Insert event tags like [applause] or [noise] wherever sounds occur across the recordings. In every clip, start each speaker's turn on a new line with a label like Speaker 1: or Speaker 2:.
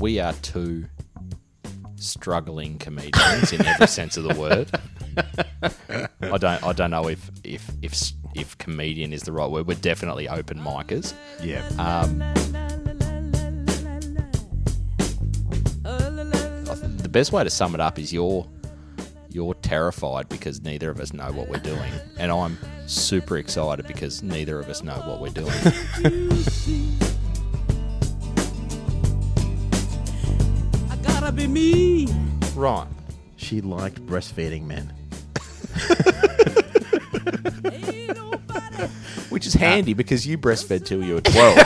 Speaker 1: we are two struggling comedians in every sense of the word. I don't I don't know if if if s- if comedian is the right word. We're definitely open micers.
Speaker 2: Yeah. uh,
Speaker 1: I th- The best way to sum it up is you're you're terrified because neither of us know what we're doing, and I'm super excited because neither of us know what we're doing.
Speaker 3: I gotta be me.
Speaker 1: [laughs] right.
Speaker 2: she liked breastfeeding men.
Speaker 1: Which is handy because you breastfed till [laughs] you were 12.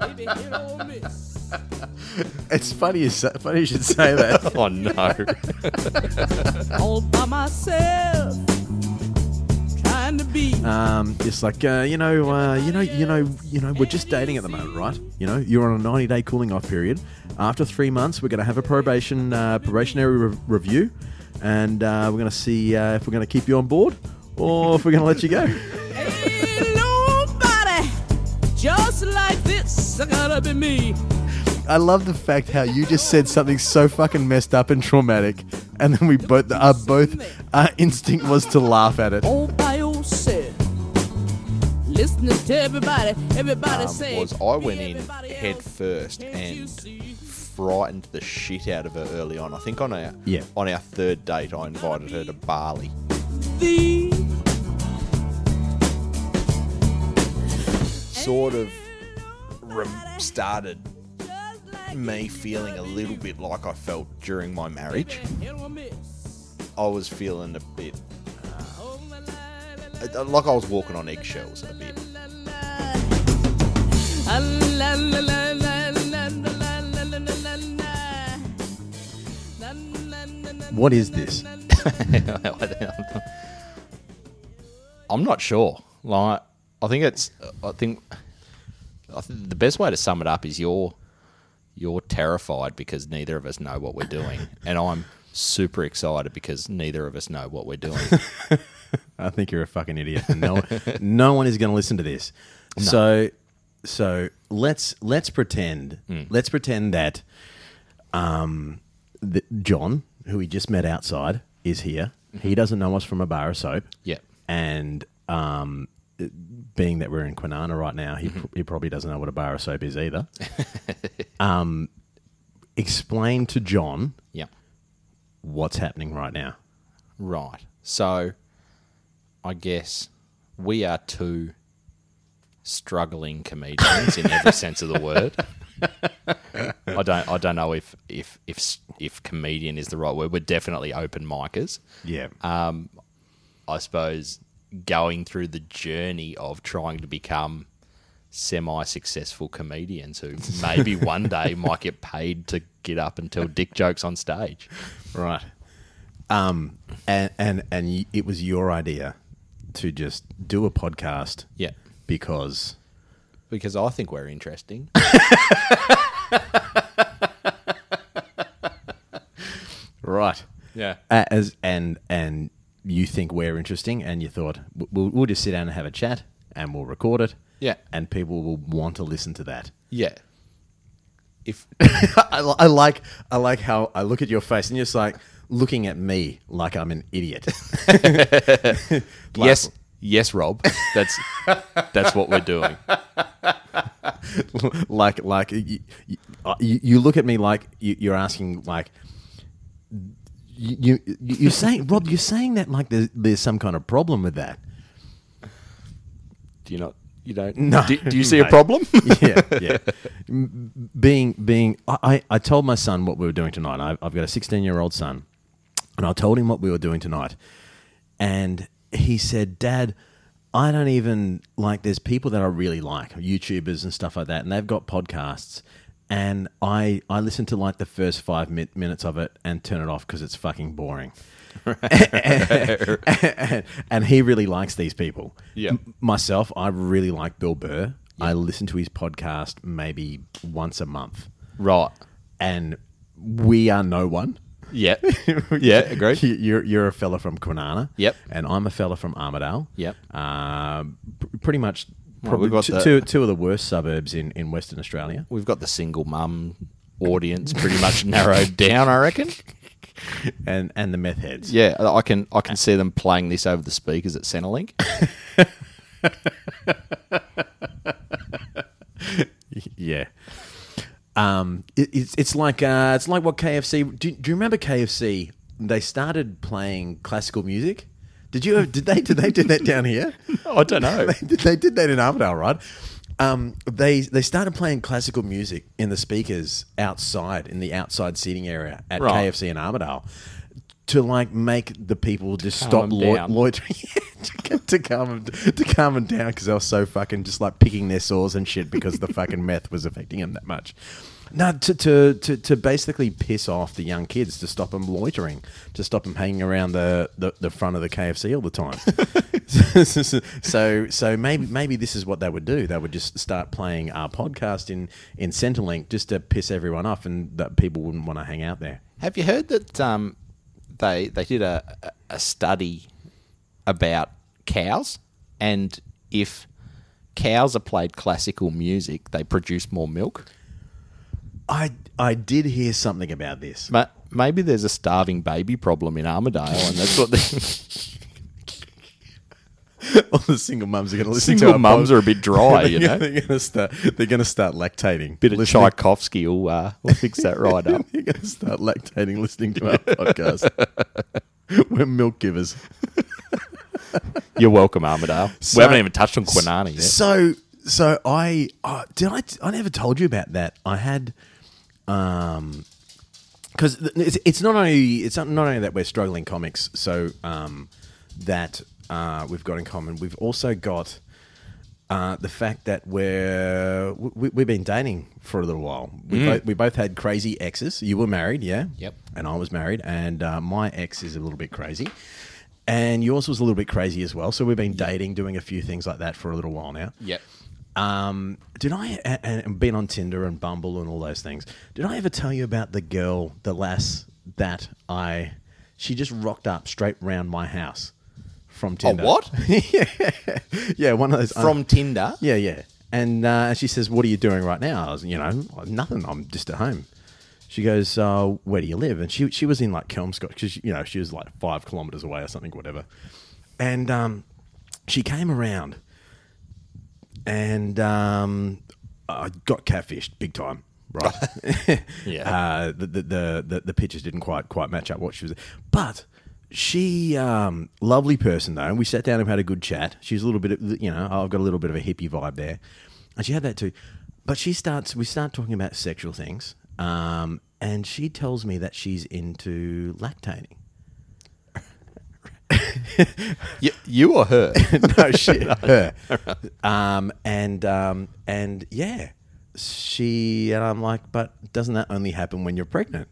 Speaker 3: Baby, hit or miss.
Speaker 2: It's funny you, sa- funny you should say that.
Speaker 1: oh no.
Speaker 3: All by myself. Trying to be.
Speaker 2: [laughs]
Speaker 1: Uh.
Speaker 2: um, it's like uh, you know, uh, you know, you know, you know. We're just dating at the moment, right? You know, you're on a 90 day cooling off period. After three months, we're going to have a probation uh, probationary re- review, and uh, we're going to see uh, if we're going to keep you on board [laughs] or if we're going to let you go.
Speaker 3: Ain't nobody just like this. I gotta be me.
Speaker 2: I love the fact how you just said something so fucking messed up and traumatic, and then we both our both our instinct was to laugh at it.
Speaker 3: All by yourself. Listening to everybody. Everybody say.
Speaker 1: Um, was I went in
Speaker 3: everybody
Speaker 1: head
Speaker 3: else.
Speaker 1: first
Speaker 3: Can't you
Speaker 1: and
Speaker 3: see?
Speaker 1: frightened the shit out of her early on. I think on our
Speaker 2: Yeah.
Speaker 1: on our third date, I invited her to Bali.
Speaker 3: Thee.
Speaker 1: Sort of rem- started me feeling a little bit like I felt during my marriage.
Speaker 3: Hit or miss.
Speaker 1: I was feeling a bit
Speaker 3: Oh, la, la, la, la.
Speaker 1: uh, like I was walking on eggshells a bit.
Speaker 2: What is this?
Speaker 1: [laughs] I'm not sure. Like, I think it's. I think. I think the best way to sum it up is you're you're terrified because neither of us know what we're doing, and I'm super excited because neither of us know what we're doing.
Speaker 2: I think you're a fucking idiot. and No, no one is going to listen to this. So, so let's let's pretend let's pretend that um, that John, who we just met outside, is here. He doesn't know us from a bar of soap.
Speaker 1: Yeah.
Speaker 2: and um, it- being that we're in Quinana right now, he pr- he probably doesn't know what a bar of soap is either. um, explain to John
Speaker 1: yeah,
Speaker 2: what's happening right now.
Speaker 1: right. So, I guess we are two struggling comedians in every sense of the word. I don't. I don't know if if if s- if comedian is the right word. We're definitely open micers.
Speaker 2: Yeah.
Speaker 1: I suppose, going through the journey of trying to become semi successful comedians who maybe one day might get paid to get up and tell dick jokes on stage.
Speaker 2: Right. Um, and and and y- it was your idea to just do a podcast.
Speaker 1: Yeah.
Speaker 2: Because
Speaker 1: Because I think we're interesting.
Speaker 2: right.
Speaker 1: Yeah.
Speaker 2: As and and you think we're interesting, and you thought "W- we'll we'll just sit down and have a chat, and we'll record it.
Speaker 1: Yeah.
Speaker 2: And people will want to listen to that. [laughs]
Speaker 1: Yeah. [laughs] If
Speaker 2: I, li- I like I like how I look at your face and you're just like looking at me like I'm an idiot.
Speaker 1: yes, yes, Rob, that's that's what we're doing.
Speaker 2: [laughs] like like you, you, uh, you look at me like you, you're asking like you, you you're saying Rob you're saying that like there's, there's some kind of problem with that
Speaker 1: Do you not? You don't?
Speaker 2: No.
Speaker 1: Do, do you see a
Speaker 2: No.
Speaker 1: [laughs] problem?
Speaker 2: [laughs] yeah yeah M- being being I, I I told my son what we were doing tonight I, I've got a 16 year old son and I told him what we were doing tonight and he said dad I don't even like there's people that I really like YouTubers and stuff like that and they've got podcasts and I I listen to like the first five mi- minutes of it and turn it off because it's fucking boring. and, [laughs] and he really likes these people.
Speaker 1: Yeah.
Speaker 2: M- myself, I really like Bill Burr. I listen to his podcast maybe once a month,
Speaker 1: right.
Speaker 2: and we are no one.
Speaker 1: [laughs] Yeah. Yeah. Agreed.
Speaker 2: [laughs] You- You're you're a fella from Quinana.
Speaker 1: Yep.
Speaker 2: And I'm a fella from Armidale.
Speaker 1: Yep.
Speaker 2: Uh, pr- pretty much
Speaker 1: Well, we've got
Speaker 2: two,
Speaker 1: the-
Speaker 2: two, two of the worst suburbs in, in Western Australia.
Speaker 1: We've got the single mum audience pretty much [laughs] narrowed down, I reckon.
Speaker 2: and and the meth heads.
Speaker 1: Yeah, I can I can see them playing this over the speakers at Centrelink.
Speaker 2: Yeah. Um, it, it's it's like uh, it's like what KFC. Do, do you remember KFC? They started playing classical music. Did you? Did they? Did they do that down here?
Speaker 1: [laughs]
Speaker 2: [laughs]
Speaker 1: I don't know.
Speaker 2: they, did, they did that in Armadale, right? Um, they they started playing classical music in the speakers outside in the outside seating area at
Speaker 1: Right.
Speaker 2: KFC in Armadale to like make the people just stop
Speaker 1: them
Speaker 2: lo-
Speaker 1: down.
Speaker 2: loitering [laughs] to, get- to calm 'em- to calm them down because they were so fucking just like picking their sores and shit because the fucking meth was affecting them that much. No, to, to, to, to basically piss off the young kids to stop them loitering, to stop them hanging around the, the, the front of the KFC all the time. [laughs] so so maybe maybe this is what they would do. They would just start playing our podcast in in Centrelink just to piss everyone off, and that people wouldn't want to hang out there.
Speaker 1: Have you heard that um, they they did a a- a study about cows and if cows are played classical music, they produce more milk.
Speaker 2: I I did hear something about this.
Speaker 1: Ma- Maybe there's a starving baby problem in Armadale, and that's [laughs]
Speaker 2: [laughs]
Speaker 1: what the
Speaker 2: All the single mums are going to listen
Speaker 1: single
Speaker 2: to. our
Speaker 1: mums
Speaker 2: pod-
Speaker 1: are a bit
Speaker 2: [laughs]
Speaker 1: dry, you know.
Speaker 2: they're going to start. They're going to start lactating.
Speaker 1: Bit of
Speaker 2: listening-
Speaker 1: Tchaikovsky will, uh, will fix that right up.
Speaker 2: [laughs] They're going to start lactating listening to
Speaker 1: [laughs]
Speaker 2: our podcast. We're milk givers.
Speaker 1: You're welcome, Armadale.
Speaker 2: So-
Speaker 1: we haven't even touched on Quinani yet.
Speaker 2: So, so I uh, did. I I never told you about that. I had, um, because it's, it's not only it's not, not only that we're struggling comics. So, um, that uh, we've got in common. We've also got. Uh, the fact that we're we, we've been dating for a little while. We, both, we both had crazy exes. You were married, yeah.
Speaker 1: Yep.
Speaker 2: And I was married, and uh, my ex is a little bit crazy, and yours was a little bit crazy as well. So we've been dating, doing a few things like that for a little while now.
Speaker 1: Yep.
Speaker 2: Um, did I and, and been on Tinder and Bumble and all those things? Did I ever tell you about the girl, the lass that I? She just rocked up straight round my house from Tinder.
Speaker 1: Oh, what?
Speaker 2: [laughs] yeah, yeah, one of those um,
Speaker 1: From Tinder.
Speaker 2: yeah, yeah. And uh, she says, "What are you doing right now?" I was, you know, nothing. I'm just at home. She goes, uh, "Where do you live?" And she she was in like Kelmscott because you know she was like five kilometers away or something, whatever. And um, she came around, and um, I got catfished big time. Right?
Speaker 1: Yeah.
Speaker 2: [laughs] Uh, the, the, the the the pictures didn't quite quite match up what she was, but. She, um, lovely person though. We sat down and had a good chat. She's a little bit, of, you know, I've got a little bit of a hippie vibe there, and she had that too. But she starts, we start talking about sexual things, um, and she tells me that she's into lactating.
Speaker 1: You, you or her?
Speaker 2: [laughs] no shit,
Speaker 1: [laughs]
Speaker 2: her. Um, and um, and yeah, she and I'm like, but doesn't that only happen when you're pregnant?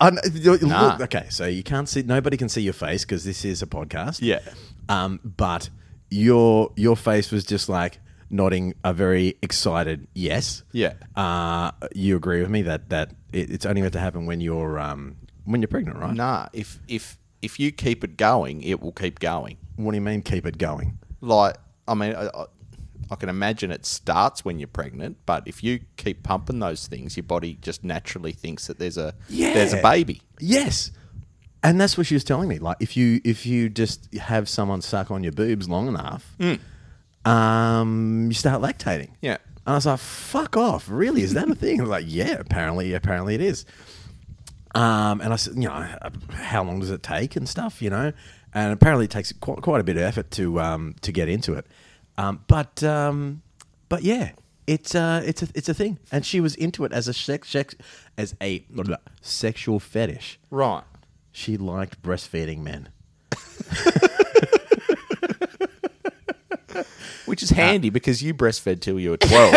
Speaker 2: I, look,
Speaker 1: Nah.
Speaker 2: okay, so you can't see. Nobody can see your face because this is a podcast.
Speaker 1: Yeah.
Speaker 2: Um, but your your face was just like nodding a very excited yes.
Speaker 1: Yeah.
Speaker 2: Uh, you agree with me that that it, it's only meant to happen when you're um when you're pregnant, right?
Speaker 1: Nah. If if if you keep it going, it will keep going.
Speaker 2: What do you mean keep it going?
Speaker 1: Like I mean, I, I, I can imagine it starts when you're pregnant, but if you keep pumping those things, your body just naturally thinks that there's a
Speaker 2: Yeah.
Speaker 1: there's a baby.
Speaker 2: Yes. And that's what she was telling me. Like if you if you just have someone suck on your boobs long enough, um, you start lactating.
Speaker 1: Yeah.
Speaker 2: And I was like, fuck off. Really? Is that a thing? I was like, yeah, apparently, apparently it is. Um, and I said, you know, how long does it take and stuff, you know? And apparently it takes quite, quite a bit of effort to um, to get into it. Um, but um, but yeah, it's uh, it's a, it's a thing. And she was into it as a sex, sex as a sexual fetish.
Speaker 1: Right.
Speaker 2: She liked breastfeeding men.
Speaker 1: Which is handy because you breastfed till you were [laughs] twelve.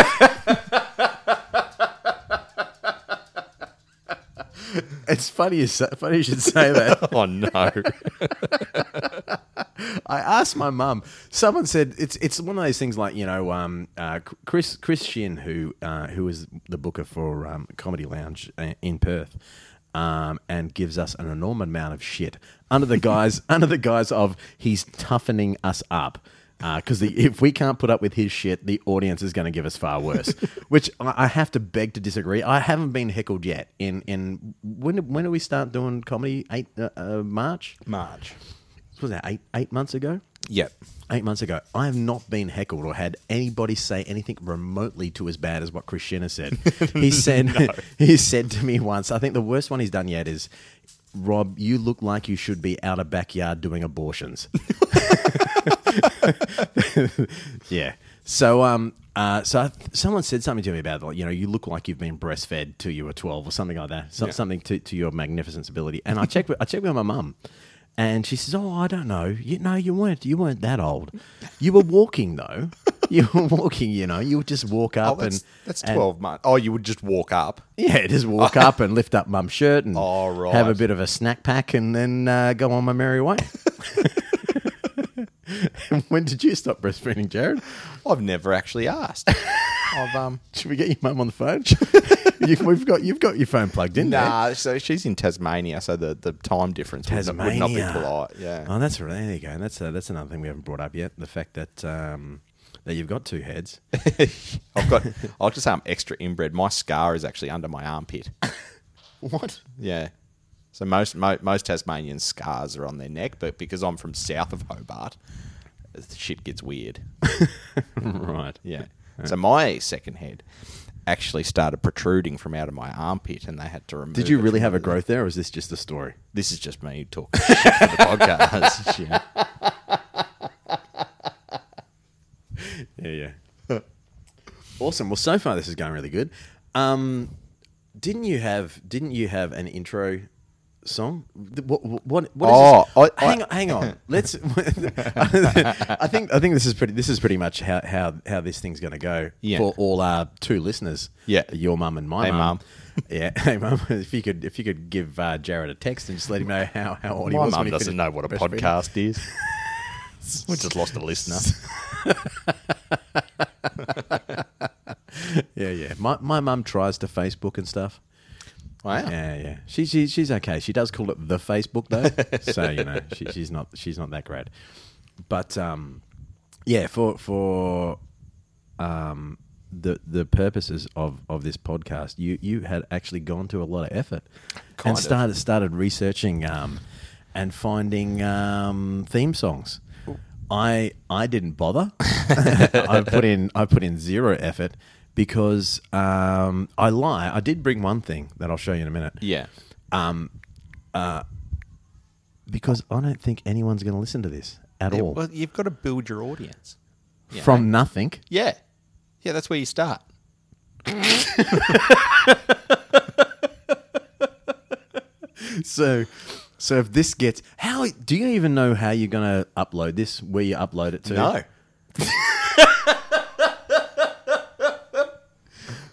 Speaker 2: It's funny you, sa- funny you should say that.
Speaker 1: oh no.
Speaker 2: I asked my mum. Someone said it's it's one of those things like you know um, uh, Chris Chris Shin who uh, who is the booker for um, Comedy Lounge uh, in Perth. Um, and gives us an [laughs] enormous amount of shit under the guise under the guise of he's toughening us up. Because the if we can't put up with his shit, the audience is going to give us far worse. [laughs] Which I, I have to beg to disagree. I haven't been heckled yet. In in when when do we start doing comedy? Eight uh, uh, March
Speaker 1: March.
Speaker 2: was that eight eight months ago?
Speaker 1: Yep.
Speaker 2: Eight months ago, I have not been heckled or had anybody say anything remotely to as bad as what Chris Jenner said. He said [laughs] he said to me once. I think the worst one he's done yet is, Rob, you look like you should be out a backyard doing abortions. yeah. So um uh so I, someone said something to me about like you know you look like you've been breastfed till you were twelve or something like that. So,
Speaker 1: Yeah.
Speaker 2: Something to, to your magnificence ability. And I checked with, I checked with my mum, and she says, "Oh, I don't know. You no, you weren't you weren't that old. You were walking though. [laughs] You were walking. You know, you would just walk
Speaker 1: Oh,
Speaker 2: up
Speaker 1: that's,
Speaker 2: and
Speaker 1: that's
Speaker 2: and-
Speaker 1: 12 months. Oh, you would just walk up.
Speaker 2: yeah, just walk up and lift up mum's shirt and
Speaker 1: All right.
Speaker 2: have a bit of a snack pack and then uh, go on my merry
Speaker 1: [laughs]
Speaker 2: way. [laughs] And when did you stop breastfeeding, Jared?
Speaker 1: I've never actually [laughs] asked. I've, um,
Speaker 2: Should we get your mum on
Speaker 1: [laughs]
Speaker 2: the phone? you, we've got you've got your phone plugged in. there.
Speaker 1: nah, so she's in Tasmania, so the, the time difference would not, would not be
Speaker 2: Tasmania.
Speaker 1: polite. Yeah.
Speaker 2: Oh, that's right. There you go. That's uh, that's another thing we haven't brought up yet. The fact that um, that you've got two
Speaker 1: [laughs]
Speaker 2: heads.
Speaker 1: I've got, I'll just say I'm extra inbred. My scar is actually under my armpit.
Speaker 2: what?
Speaker 1: Yeah. So most mo- most Tasmanian scars are on their neck, but because I'm from south of Hobart, shit gets weird.
Speaker 2: Right. [laughs]
Speaker 1: Yeah. So my second head actually started protruding from out of my armpit, and they had to remove.
Speaker 2: Did you
Speaker 1: it
Speaker 2: really
Speaker 1: from
Speaker 2: have a
Speaker 1: the-
Speaker 2: growth there, or is this just a story?
Speaker 1: This is just me talking shit for the
Speaker 2: [laughs]
Speaker 1: podcast. Yeah.
Speaker 2: Yeah, yeah. [laughs] awesome. Well, so far this is going really good. Um, didn't you have Didn't you have an intro song? Th- What What, what is
Speaker 1: Oh,
Speaker 2: this?
Speaker 1: I- I-
Speaker 2: hang on, hang on.
Speaker 1: [laughs]
Speaker 2: Let's. [laughs] I think I think this is pretty. This is pretty much how how, how this thing's going to go
Speaker 1: Yeah.
Speaker 2: for all our two listeners.
Speaker 1: Yeah.
Speaker 2: your mum and my
Speaker 1: Hey,
Speaker 2: mum.
Speaker 1: mum.
Speaker 2: [laughs] Yeah, hey mum. If you could, if you could give uh, Jared a text and just let him know how how old he
Speaker 1: My
Speaker 2: was. when
Speaker 1: mum
Speaker 2: he
Speaker 1: doesn't
Speaker 2: finished
Speaker 1: know what a
Speaker 2: breastfeeding.
Speaker 1: podcast is.
Speaker 2: [laughs]
Speaker 1: we just lost a listener.
Speaker 2: Yeah, yeah. My my mum tries to Facebook and stuff.
Speaker 1: Wow.
Speaker 2: Yeah, yeah. She, she, she's okay. She does call it the Facebook
Speaker 1: [laughs]
Speaker 2: though, so you know she, she's not she's not that great. But um, yeah, for for um the the purposes of of this podcast, you you had actually gone to a lot of effort
Speaker 1: Kind
Speaker 2: and
Speaker 1: of.
Speaker 2: started started researching um and finding um theme songs. I I didn't bother. [laughs] I put in I put in zero effort because um, I lie. I did bring one thing that I'll show you in a minute
Speaker 1: Yeah.
Speaker 2: because I don't think anyone's going to listen to this at all.
Speaker 1: Well, you've got to build your audience. yeah.
Speaker 2: From nothing.
Speaker 1: Yeah. Yeah, that's where you start.
Speaker 2: So, so if this gets how do you even know how you're going to upload this? Where you upload it to?
Speaker 1: No.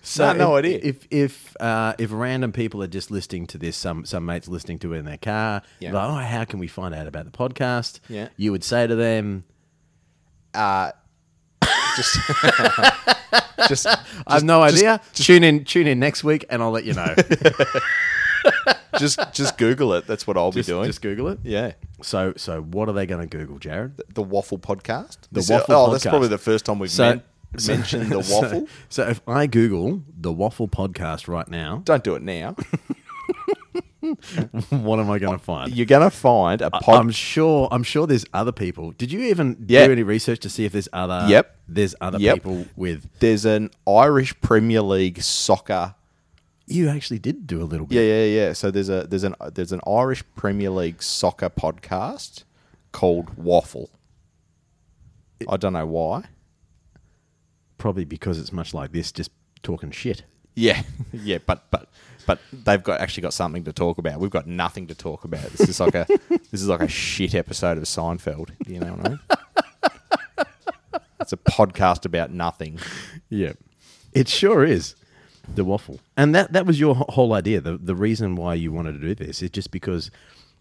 Speaker 2: So
Speaker 1: No, no,
Speaker 2: if,
Speaker 1: it is.
Speaker 2: If if uh, if random people are just listening to this, some some mates listening to it in their car,
Speaker 1: Yeah.
Speaker 2: like, oh, how can we find out about the podcast?
Speaker 1: Yeah.
Speaker 2: you would say to them,
Speaker 1: Uh, [laughs] Just, just
Speaker 2: I have no idea. tune in, tune in next week, and I'll let
Speaker 1: [laughs]
Speaker 2: you know.
Speaker 1: just just Google it. That's what I'll
Speaker 2: just,
Speaker 1: be doing.
Speaker 2: just Google it.
Speaker 1: yeah,
Speaker 2: So, so what are they going to Google, Jared?
Speaker 1: the waffle podcast.
Speaker 2: The
Speaker 1: This-
Speaker 2: Waffle
Speaker 1: Oh, that's
Speaker 2: Podcast.
Speaker 1: probably the first time we've
Speaker 2: So-
Speaker 1: men- mentioned the
Speaker 2: [laughs] [laughs] So-
Speaker 1: waffle.
Speaker 2: So, if I Google the Waffle Podcast
Speaker 1: [laughs]
Speaker 2: right now,
Speaker 1: Don't do it now.
Speaker 2: what am I going to find?
Speaker 1: You're gonna find a pod.
Speaker 2: I'm sure. I'm sure there's other people. Did you even
Speaker 1: Yeah.
Speaker 2: do any research to see if there's other?
Speaker 1: Yep.
Speaker 2: There's other
Speaker 1: Yep.
Speaker 2: people with.
Speaker 1: There's an Irish Premier League soccer.
Speaker 2: You actually did do a little
Speaker 1: Yeah,
Speaker 2: bit.
Speaker 1: yeah, yeah. So there's a there's an there's an Irish Premier League soccer podcast called Waffle. I don't know why.
Speaker 2: Probably because it's much like this, just talking shit.
Speaker 1: Yeah, [laughs] yeah, but but but they've got actually got something to talk about. We've got nothing to talk about. This is like [laughs] a this is like a shit episode of Seinfeld. You know what I mean? it's a podcast about nothing.
Speaker 2: Yeah. It sure is. The waffle. And that, that was your wh- whole idea. The, the reason why you wanted to do this is just because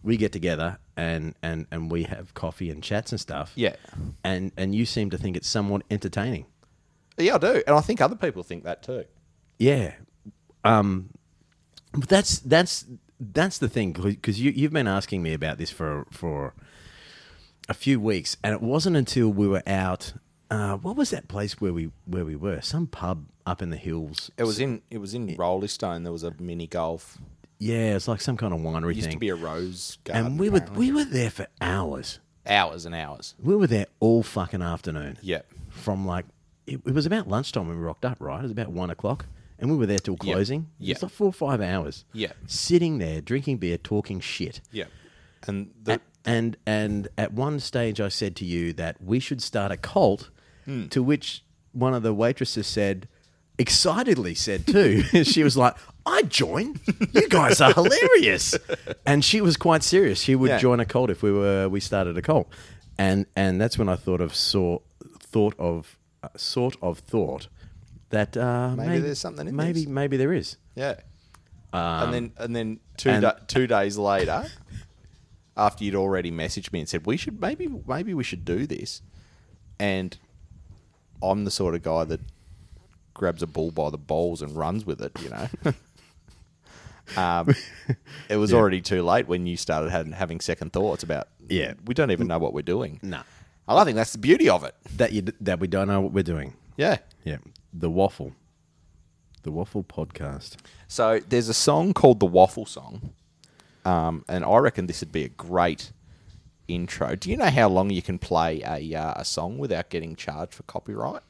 Speaker 2: we get together and, and, and we have coffee and chats and stuff.
Speaker 1: Yeah.
Speaker 2: And, and you seem to think it's somewhat entertaining.
Speaker 1: Yeah, I do, and I think other people think that too.
Speaker 2: Yeah. Um, but that's that's that's the thing because you you've been asking me about this for for a few weeks, and it wasn't until we were out. Uh, what was that place where we where we were? Some pub up in the hills.
Speaker 1: It was in it was in Rollerstone. There was a mini golf.
Speaker 2: Yeah, it's like some kind of winery
Speaker 1: It used to
Speaker 2: thing.
Speaker 1: be a rose garden.
Speaker 2: and we were
Speaker 1: apparently.
Speaker 2: we were there for hours.
Speaker 1: hours and hours.
Speaker 2: We were there all fucking afternoon.
Speaker 1: Yep.
Speaker 2: From like it, it was about lunchtime when we rocked up, right? It was about one o'clock, and we were there till closing.
Speaker 1: Yep.
Speaker 2: It's like four or five hours.
Speaker 1: Yep.
Speaker 2: Sitting there drinking beer, talking shit.
Speaker 1: Yep. And the,
Speaker 2: A- and and at one stage, I said to you that we should start a cult.
Speaker 1: Hmm.
Speaker 2: To which one of the waitresses said, excitedly said too, [laughs] she was like, "I join. You guys are hilarious." And she was quite serious. She would
Speaker 1: Yeah.
Speaker 2: join a cult if we were we started a cult. And and that's when I thought of saw thought of uh, sort of thought that uh,
Speaker 1: Maybe there's something in
Speaker 2: maybe
Speaker 1: this.
Speaker 2: maybe there is.
Speaker 1: yeah. and then and then two
Speaker 2: Um, and-
Speaker 1: da- two days later, after you'd already messaged me and said we should maybe maybe we should do this, and I'm the sort of guy that grabs a bull by the balls and runs with it. You
Speaker 2: [laughs]
Speaker 1: know. Um, it was already too late when you started had, having second thoughts about.
Speaker 2: Yeah.
Speaker 1: we don't even know what we're doing.
Speaker 2: No.
Speaker 1: and I think that's the beauty of it.
Speaker 2: That you d- that we don't know what we're doing.
Speaker 1: Yeah,
Speaker 2: Yeah. The Waffle. The Waffle [laughs] Podcast.
Speaker 1: So there's a song called the Waffle Song, um, and I reckon this would be a great intro. Do you know how long you can play a uh, a song without getting charged for copyright?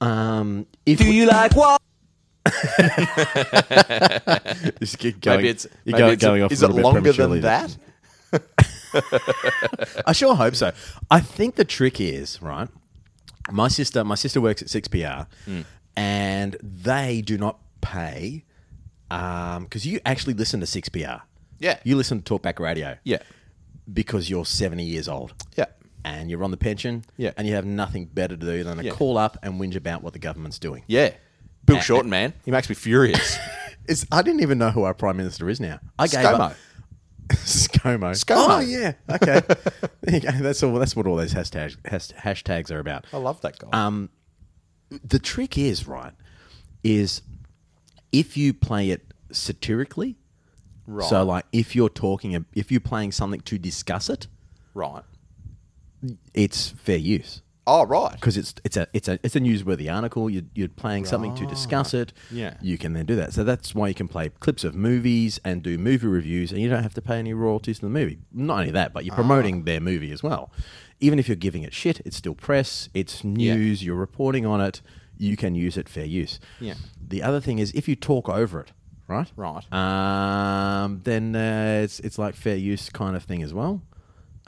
Speaker 2: Um, if
Speaker 3: Do you like what?
Speaker 2: just keep going,
Speaker 1: maybe it's
Speaker 2: you're
Speaker 1: maybe
Speaker 2: going,
Speaker 1: it's a-
Speaker 2: going off
Speaker 1: Is
Speaker 2: a
Speaker 1: it
Speaker 2: little bit
Speaker 1: longer
Speaker 2: prematurely
Speaker 1: than that?
Speaker 2: there. [laughs] I sure hope so. I think the trick is right. My sister, my sister works at Six PR,
Speaker 1: Hmm.
Speaker 2: and they do not pay because you actually listen to Six PR.
Speaker 1: Yeah.
Speaker 2: you listen to Talkback Radio.
Speaker 1: Yeah,
Speaker 2: because you're seventy years old.
Speaker 1: yeah,
Speaker 2: and you're on the pension.
Speaker 1: Yeah.
Speaker 2: and you have nothing better to do than to
Speaker 1: Yeah.
Speaker 2: call up and whinge about what the government's doing.
Speaker 1: yeah. Bill Shorten, man, he makes me [laughs] furious.
Speaker 2: It's, I didn't even know who our prime minister is now. I gave
Speaker 1: ScoMo.
Speaker 2: up. [laughs] ScoMo.
Speaker 1: ScoMo.
Speaker 2: Oh yeah. Okay. [laughs] There you go. that's all. That's what all those hashtags hash- hashtags are about.
Speaker 1: I love that guy.
Speaker 2: The trick is right, is if you play it satirically.
Speaker 1: Right.
Speaker 2: So like, if you're talking, if you're playing something to discuss it,
Speaker 1: right.
Speaker 2: it's fair use.
Speaker 1: Oh, right.
Speaker 2: because it's it's a it's a it's a newsworthy article. You're, you're playing something to discuss it.
Speaker 1: Yeah.
Speaker 2: you can then do that. So that's why you can play clips of movies and do movie reviews, and you don't have to pay any royalties to the movie. Not only that, but
Speaker 1: Ah.
Speaker 2: you're promoting their movie as well. Even if you're giving it shit, it's still press. It's news. You're reporting on it. You can use it fair use.
Speaker 1: Yeah.
Speaker 2: The other thing is if you talk over it, right?
Speaker 1: Right.
Speaker 2: Um, then uh, it's it's like fair use kind of thing as well.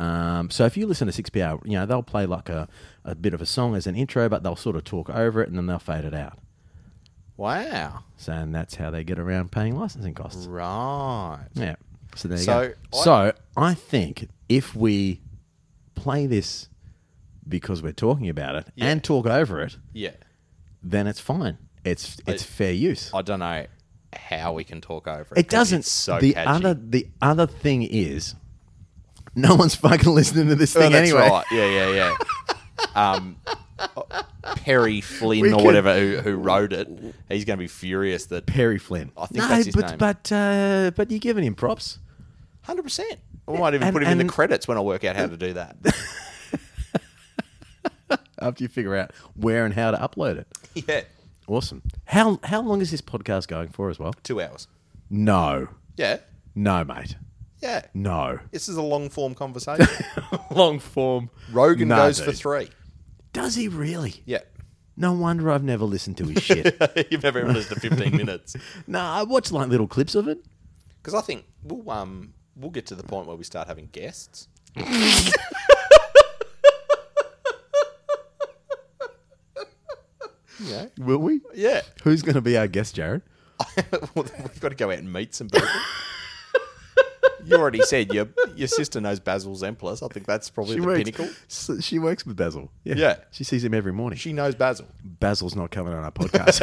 Speaker 2: Um, so if you listen to Six PR, you know they'll play like a, a bit of a song as an intro, but they'll sort of talk over it and then they'll fade it out.
Speaker 1: Wow.
Speaker 2: So and that's how they get around paying licensing costs.
Speaker 1: Right.
Speaker 2: Yeah. So there you
Speaker 1: So
Speaker 2: go.
Speaker 1: I-
Speaker 2: so I think if we play this because we're talking about it
Speaker 1: Yeah.
Speaker 2: and talk over it,
Speaker 1: Yeah.
Speaker 2: then it's fine. It's it's
Speaker 1: I-
Speaker 2: fair use.
Speaker 1: I don't know how we can talk over it.
Speaker 2: It
Speaker 1: 'cause
Speaker 2: doesn't.
Speaker 1: It's so
Speaker 2: the
Speaker 1: catchy.
Speaker 2: other the other thing is, no one's [laughs] fucking listening to this
Speaker 1: Oh,
Speaker 2: thing
Speaker 1: that's
Speaker 2: anyway.
Speaker 1: right. Yeah,
Speaker 2: [laughs]
Speaker 1: yeah, yeah. um, Perry Flynn
Speaker 2: We
Speaker 1: or
Speaker 2: could-
Speaker 1: whatever who, who wrote it, he's going to be furious that
Speaker 2: Perry Flynn.
Speaker 1: I think that's his
Speaker 2: but
Speaker 1: name.
Speaker 2: but uh, but you're giving him props.
Speaker 1: hundred percent. I might even
Speaker 2: and-
Speaker 1: put him in
Speaker 2: and-
Speaker 1: the credits when I work out how to do that.
Speaker 2: [laughs] After you figure out where and how to upload it,
Speaker 1: yeah,
Speaker 2: awesome. How how long is this podcast going for as well?
Speaker 1: two hours.
Speaker 2: No,
Speaker 1: Yeah,
Speaker 2: no, mate,
Speaker 1: yeah.
Speaker 2: no.
Speaker 1: This is a long form conversation.
Speaker 2: [laughs] Long form.
Speaker 1: Rogan
Speaker 2: Nah,
Speaker 1: goes for
Speaker 2: dude.
Speaker 1: three.
Speaker 2: Does he really?
Speaker 1: Yeah, [laughs]
Speaker 2: No wonder I've never listened to his shit.
Speaker 1: you've never even listened to
Speaker 2: [laughs]
Speaker 1: fifteen minutes
Speaker 2: no, I watch like little clips of it.
Speaker 1: because I think we'll um we'll get to the point where we start having guests. yeah,
Speaker 2: Will we?
Speaker 1: yeah.
Speaker 2: Who's going to be our guest, Jared?
Speaker 1: [laughs] well, then we've got to go out and meet some
Speaker 2: [laughs]
Speaker 1: people. you already said your your sister knows Basil Zemplis. I think that's probably the pinnacle.
Speaker 2: s- She works with Basil.
Speaker 1: Yeah.
Speaker 2: She sees him every morning.
Speaker 1: She knows
Speaker 2: [laughs]
Speaker 1: Basil.
Speaker 2: Basil's not coming on
Speaker 1: [laughs]
Speaker 2: our podcast.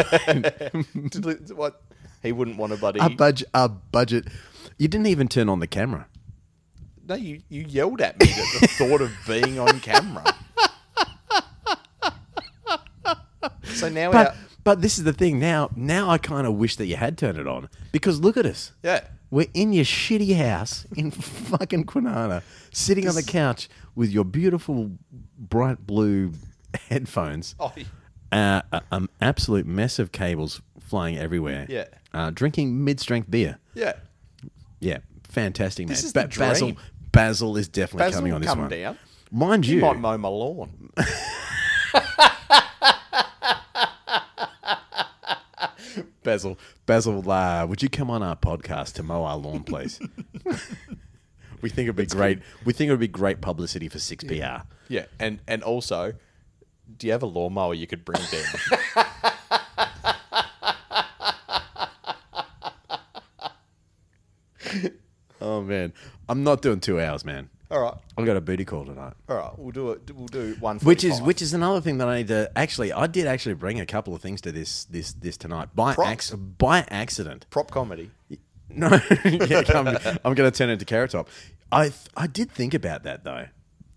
Speaker 1: Did- what he wouldn't want to buddy.
Speaker 2: our, budget, our budget. You didn't even turn on the camera.
Speaker 1: no, you, you yelled at me at the thought of being on camera. so now
Speaker 2: But
Speaker 1: our,
Speaker 2: but this is the thing now. Now I kind of wish that you had turned it on because look at us.
Speaker 1: yeah.
Speaker 2: We're in your shitty house in [laughs] fucking Quinana, sitting on the couch with your beautiful bright blue headphones,
Speaker 1: Oh, yeah.
Speaker 2: uh, a- an absolute mess of cables flying everywhere.
Speaker 1: Yeah.
Speaker 2: uh, drinking mid-strength beer.
Speaker 1: Yeah.
Speaker 2: Yeah, fantastic, man.
Speaker 1: This is the dream.
Speaker 2: Basil, Basil is definitely
Speaker 1: Basil
Speaker 2: coming on this
Speaker 1: come
Speaker 2: one.
Speaker 1: down.
Speaker 2: Mind
Speaker 1: You
Speaker 2: you,
Speaker 1: might mow my lawn.
Speaker 2: Basil, Basil, uh, would you come on our podcast to mow our lawn, please? [laughs] we think it'd be great. We think it would be great publicity for Six PR.
Speaker 1: Yeah, and and also, do you have a lawnmower you could bring
Speaker 2: [laughs]
Speaker 1: down?
Speaker 2: Oh man, I'm not doing two hours, man.
Speaker 1: all right,
Speaker 2: I've got a booty call tonight.
Speaker 1: all right, we'll do it. We'll do one.
Speaker 2: Which is which is another thing that I need to actually. I did actually bring a couple of things to this this this tonight by
Speaker 1: Props.
Speaker 2: acc- by accident. [laughs]
Speaker 1: prop comedy.
Speaker 2: No, yeah, I'm, I'm going to turn it into Carrot Top. I th- I did think about that though.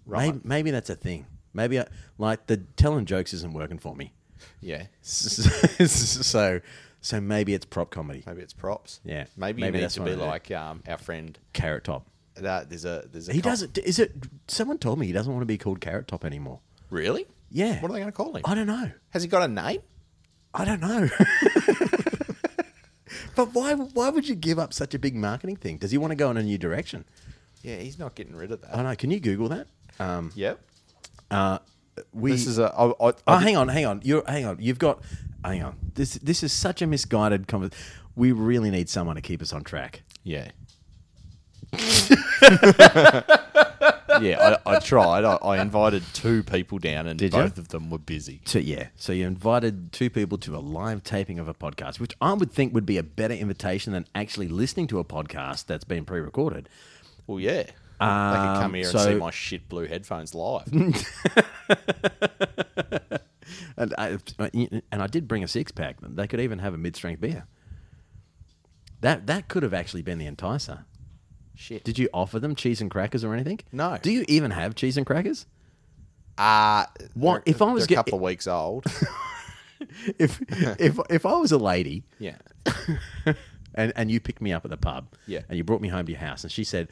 Speaker 2: Right. Maybe, maybe that's a thing. Maybe I, like the telling jokes isn't working for me.
Speaker 1: Yeah,
Speaker 2: [laughs] so so maybe it's prop comedy.
Speaker 1: maybe it's props.
Speaker 2: Yeah,
Speaker 1: maybe,
Speaker 2: maybe
Speaker 1: you need
Speaker 2: that's
Speaker 1: to
Speaker 2: what
Speaker 1: be
Speaker 2: I do.
Speaker 1: like um, our friend.
Speaker 2: Carrot Top.
Speaker 1: That there's a there's a
Speaker 2: He
Speaker 1: com-
Speaker 2: doesn't. Is it? Someone told me he doesn't want to be called Carrot Top anymore.
Speaker 1: really.
Speaker 2: Yeah.
Speaker 1: What are they going to call him?
Speaker 2: I don't know.
Speaker 1: Has he got a name?
Speaker 2: I don't know. [laughs] but why? Why would you give up such a big marketing thing? Does he want to go in a new direction?
Speaker 1: Yeah, he's not getting rid of that.
Speaker 2: I don't know. Can you Google that? Um,
Speaker 1: yep.
Speaker 2: we.
Speaker 1: This is a. I, I,
Speaker 2: oh, hang on, hang on. You're hang on. You've got. Hang on. This this is such a misguided conversation. We really need someone to keep us on track.
Speaker 1: [laughs] Yeah. yeah, I, I tried. I, I invited two people down, and
Speaker 2: you?
Speaker 1: both of them were busy.
Speaker 2: So yeah, so you invited two people to a live taping of a podcast, which I would think would be a better invitation than actually listening to a podcast that's been pre-recorded.
Speaker 1: Well, yeah. they could come here and
Speaker 2: so-
Speaker 1: see my shit blue headphones live. [laughs]
Speaker 2: And I and I did bring a six pack. They could even have a mid-strength beer. That that could have actually been the enticer.
Speaker 1: shit.
Speaker 2: Did you offer them cheese and crackers or anything?
Speaker 1: No.
Speaker 2: Do you even have cheese and crackers?
Speaker 1: Uh,
Speaker 2: What-
Speaker 1: they're-
Speaker 2: if I was
Speaker 1: they're
Speaker 2: get-
Speaker 1: a couple of weeks [laughs] old?
Speaker 2: If [laughs] if if I was a lady
Speaker 1: yeah.
Speaker 2: [laughs] and, and you picked me up at the pub.
Speaker 1: Yeah.
Speaker 2: And you brought me home to your house. And she said,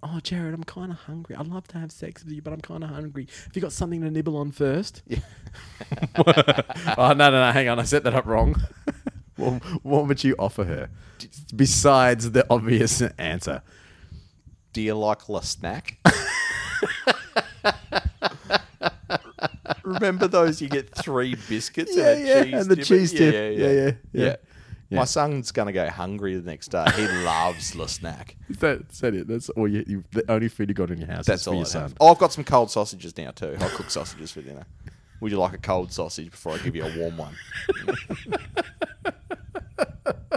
Speaker 2: Oh, Jared, I'm kind of hungry. I'd love to have sex with you, but I'm kind of hungry. Have you got something to nibble on first? [laughs] Yeah. oh, no, no, no. Hang on. I set that up wrong. [laughs] what, what would you offer her besides the obvious answer?
Speaker 1: Do you like La
Speaker 2: [laughs]
Speaker 1: Snack? Remember those? You get three biscuits and a cheese
Speaker 2: and the
Speaker 1: dip?
Speaker 2: cheese
Speaker 1: Yeah,
Speaker 2: dip.
Speaker 1: Yeah, yeah,
Speaker 2: yeah, yeah. yeah.
Speaker 1: My son's gonna go hungry the next day. He loves La
Speaker 2: [laughs]
Speaker 1: Snack.
Speaker 2: That's it. That's all you, you. The only food you got in your house.
Speaker 1: That's
Speaker 2: is for
Speaker 1: all.
Speaker 2: your
Speaker 1: I
Speaker 2: son.
Speaker 1: have. Oh, I've got some cold sausages now too. I'll cook sausages for dinner. Would you like a cold sausage before I give you a warm one?
Speaker 2: [laughs]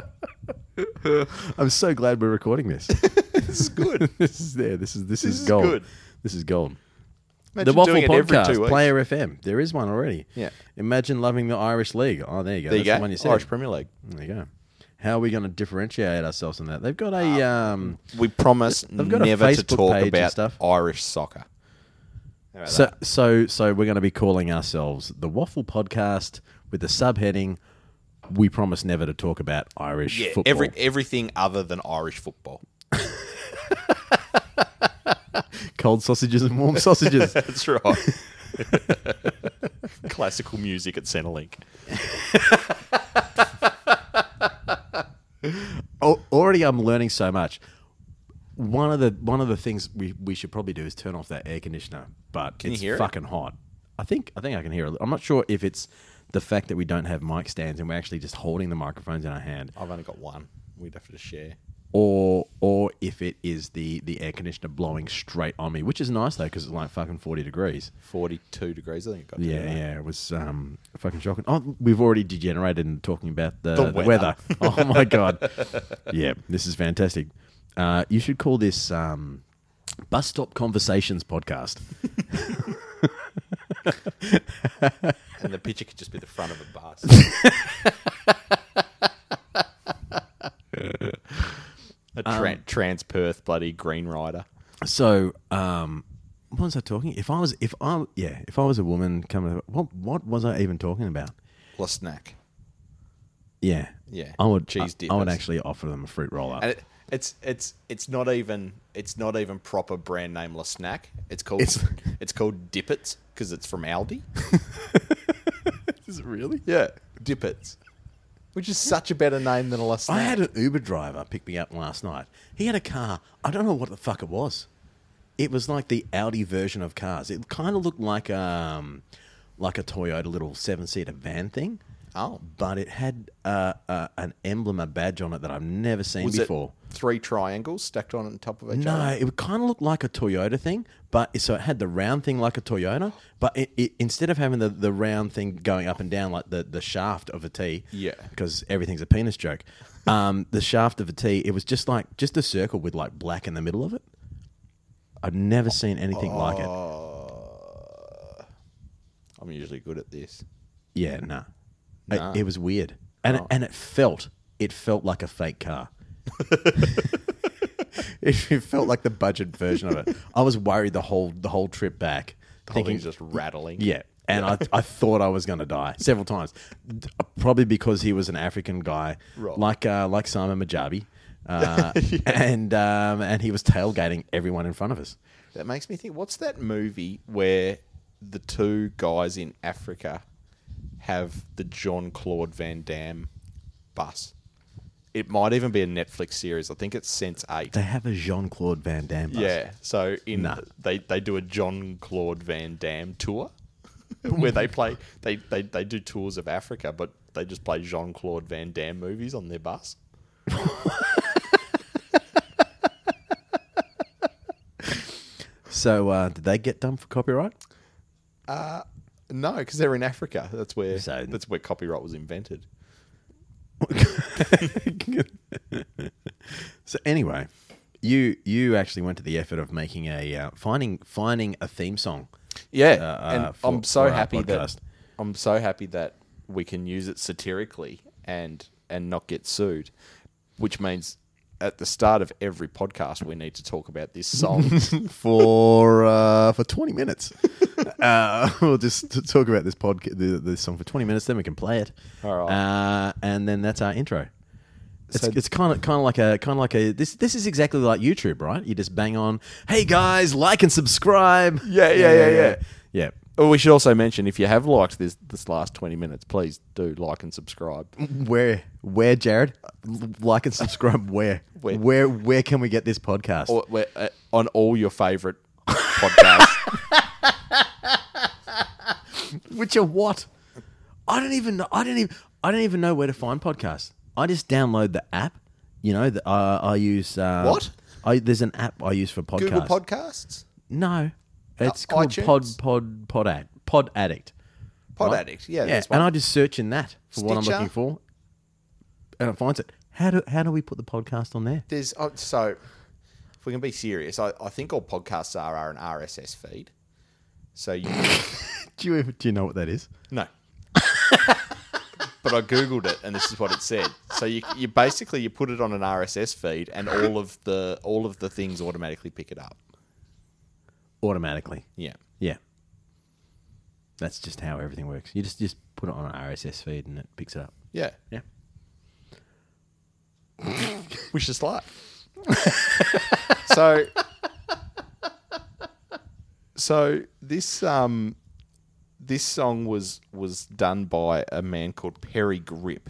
Speaker 2: Oh, I'm so glad we're recording [laughs] this.
Speaker 1: this is good.
Speaker 2: [laughs] this is there. This is this, is,
Speaker 1: is
Speaker 2: gold.
Speaker 1: good.
Speaker 2: This is gold.
Speaker 1: Imagine
Speaker 2: the Waffle
Speaker 1: doing it every two
Speaker 2: Podcast,
Speaker 1: weeks.
Speaker 2: Player FM. There is one already.
Speaker 1: Yeah.
Speaker 2: Imagine loving the Irish League. Oh, there you go.
Speaker 1: There you
Speaker 2: That's
Speaker 1: go.
Speaker 2: The one you said.
Speaker 1: Irish Premier League.
Speaker 2: There you go. How are we going to differentiate ourselves in that? They've got a
Speaker 1: Ah.
Speaker 2: um.
Speaker 1: We promise
Speaker 2: They've got a
Speaker 1: never to
Speaker 2: Facebook
Speaker 1: talk
Speaker 2: page and
Speaker 1: about
Speaker 2: stuff.
Speaker 1: Irish soccer.
Speaker 2: So so so we're going to be calling ourselves the Waffle Podcast with the subheading. We promise never to talk about Irish
Speaker 1: Yeah,
Speaker 2: football.
Speaker 1: every everything other than Irish football. [laughs]
Speaker 2: cold sausages and warm [laughs] sausages.
Speaker 1: That's right. [laughs] Classical music at Centrelink.
Speaker 2: Al- already I'm learning so much. One of the one of the things we, we should probably do is turn off that air conditioner, but
Speaker 1: you
Speaker 2: it's
Speaker 1: hear it?
Speaker 2: fucking hot. I think I think I can hear it. I'm not sure if it's the fact that we don't have mic stands and we're actually just holding the microphones in our hand,
Speaker 1: I've only got one. We'd have to share.
Speaker 2: or or if it is the the air conditioner blowing straight on me, which is nice though because it's like fucking forty degrees.
Speaker 1: Forty-two degrees, I think. It got
Speaker 2: Yeah,
Speaker 1: today.
Speaker 2: yeah, it was um, fucking shocking. Oh, we've already degenerated in talking about the,
Speaker 1: The
Speaker 2: the weather.
Speaker 1: weather. [laughs]
Speaker 2: oh my god, yeah, this is fantastic. Uh, you should call this um, bus stop conversations podcast.
Speaker 1: And the picture could just be the front of a
Speaker 2: [laughs]
Speaker 1: bus. a tra-
Speaker 2: Um,
Speaker 1: trans Perth bloody Green Rider.
Speaker 2: So, um, what was I talking? If I was, if I, yeah, if I was a woman coming, what, what was I even talking about?
Speaker 1: Or snack.
Speaker 2: Yeah,
Speaker 1: Yeah,
Speaker 2: I would
Speaker 1: cheese
Speaker 2: I, I would
Speaker 1: dippers.
Speaker 2: actually offer them a fruit roll up.
Speaker 1: And it, It's it's it's not even it's not even proper brand nameless snack. It's called it's,
Speaker 2: It's-
Speaker 1: called Dippets because it's from Aldi.
Speaker 2: Is it really?
Speaker 1: [laughs] Yeah, Dippets, which is such a better name than a less snack.
Speaker 2: I had an Uber driver pick me up last night. He had a car. I don't know what the fuck it was. It was like the Audi version of cars. It kind of looked like um like a Toyota little seven seater van thing,
Speaker 1: oh,
Speaker 2: but it had uh, uh, an emblem, a badge on it that I've never seen
Speaker 1: was it
Speaker 2: before.
Speaker 1: three triangles stacked on top of each
Speaker 2: No,
Speaker 1: other?
Speaker 2: it would kind of look like a Toyota thing, but so it had the round thing like a Toyota, but it, it, instead of having the, the round thing going up and down like the, the shaft of a T,
Speaker 1: Yeah.
Speaker 2: because everything's a penis joke. Um, the shaft of a T, it was just like just a circle with like black in the middle of it. I've never seen anything like it.
Speaker 1: I'm usually good at this.
Speaker 2: Yeah, nah.
Speaker 1: Nah. Oh.
Speaker 2: It, it was weird, and it, and it felt it felt like a fake car. it, it felt like the budget version of it. I was worried the whole the whole trip back,
Speaker 1: The whole
Speaker 2: thinking
Speaker 1: thing's just rattling.
Speaker 2: Yeah. And I, I thought I was going to die several times, D- probably because he was an African guy,
Speaker 1: Right.
Speaker 2: like uh, like Simon
Speaker 1: [laughs]
Speaker 2: Majabi, uh, and um, and he was tailgating everyone in front of us.
Speaker 1: That makes me think what's that movie where the two guys in Africa have the John Claude Van Damme bus? It might even be a Netflix series. I think it's Sense 8.
Speaker 2: They have a Jean Claude Van Damme. Bus.
Speaker 1: Yeah. So in
Speaker 2: Nah.
Speaker 1: they, they do a John Claude Van Damme
Speaker 2: [laughs]
Speaker 1: tour where they play they, they, they do tours of Africa but they just play Jean Claude Van Damme movies on their bus.
Speaker 2: So uh, did they get done for copyright?
Speaker 1: No, because they're in Africa. That's where
Speaker 2: So-
Speaker 1: that's where copyright was invented.
Speaker 2: [laughs] so anyway, you you actually went to the effort of making a uh, finding finding a theme song. [laughs]
Speaker 1: Yeah,
Speaker 2: uh,
Speaker 1: and
Speaker 2: for-
Speaker 1: I'm so
Speaker 2: for our
Speaker 1: happy that
Speaker 2: podcast.
Speaker 1: I'm so happy that we can use it satirically and and not get sued, which means at the start of every podcast we need to talk about this [laughs] song.
Speaker 2: for uh, for 20
Speaker 1: [laughs]
Speaker 2: minutes. uh, we'll just t- talk about this podcast, this song for 20 minutes. Then we can play it.
Speaker 1: All right.
Speaker 2: Uh, and then that's our intro. It's,
Speaker 1: So-
Speaker 2: it's kind of kind of like a kind of like a this this is exactly like YouTube, right? You just bang on, hey guys, like and subscribe.
Speaker 1: Yeah, yeah, yeah, yeah.
Speaker 2: yeah.
Speaker 1: oh, we should also mention if you have liked this this last 20 minutes, please do like and subscribe.
Speaker 2: Where where Jared L- like and subscribe where?
Speaker 1: Where?
Speaker 2: where where can we get this podcast?
Speaker 1: Or, we're, uh, on all your favorite podcasts.
Speaker 2: Which are what? I don't even know. I don't even. I don't even know where to find podcasts. I just download the app. You know, the, uh, I use uh,
Speaker 1: What?
Speaker 2: I, there's an app I use for podcasts.
Speaker 1: [laughs] Google Podcasts?
Speaker 2: No, it's
Speaker 1: Uh,
Speaker 2: called
Speaker 1: iTunes?
Speaker 2: Pod Pod Pod Ad Pod Addict.
Speaker 1: Pod
Speaker 2: right?
Speaker 1: Addict. Yeah,
Speaker 2: yeah.
Speaker 1: that's one.
Speaker 2: And I just search in that for what I'm
Speaker 1: Stitcher?
Speaker 2: looking for, and it finds it. How do how do we put the podcast on there?
Speaker 1: There's oh, so if we can be serious, I, I think all podcasts are, are an RSS feed. So you
Speaker 2: Do you ever, do you know what that is?
Speaker 1: no, but I googled it, and this is what it said. So you, you basically you put it on an RSS feed, and all of the all of the things automatically pick it up.
Speaker 2: Automatically.
Speaker 1: Yeah,
Speaker 2: Yeah. That's just how everything works. You just just put it on an RSS feed and it picks it up.
Speaker 1: yeah,
Speaker 2: Yeah.
Speaker 1: wish us luck. [laughs] so, so this um, this song was was done by a man called Perry Grip,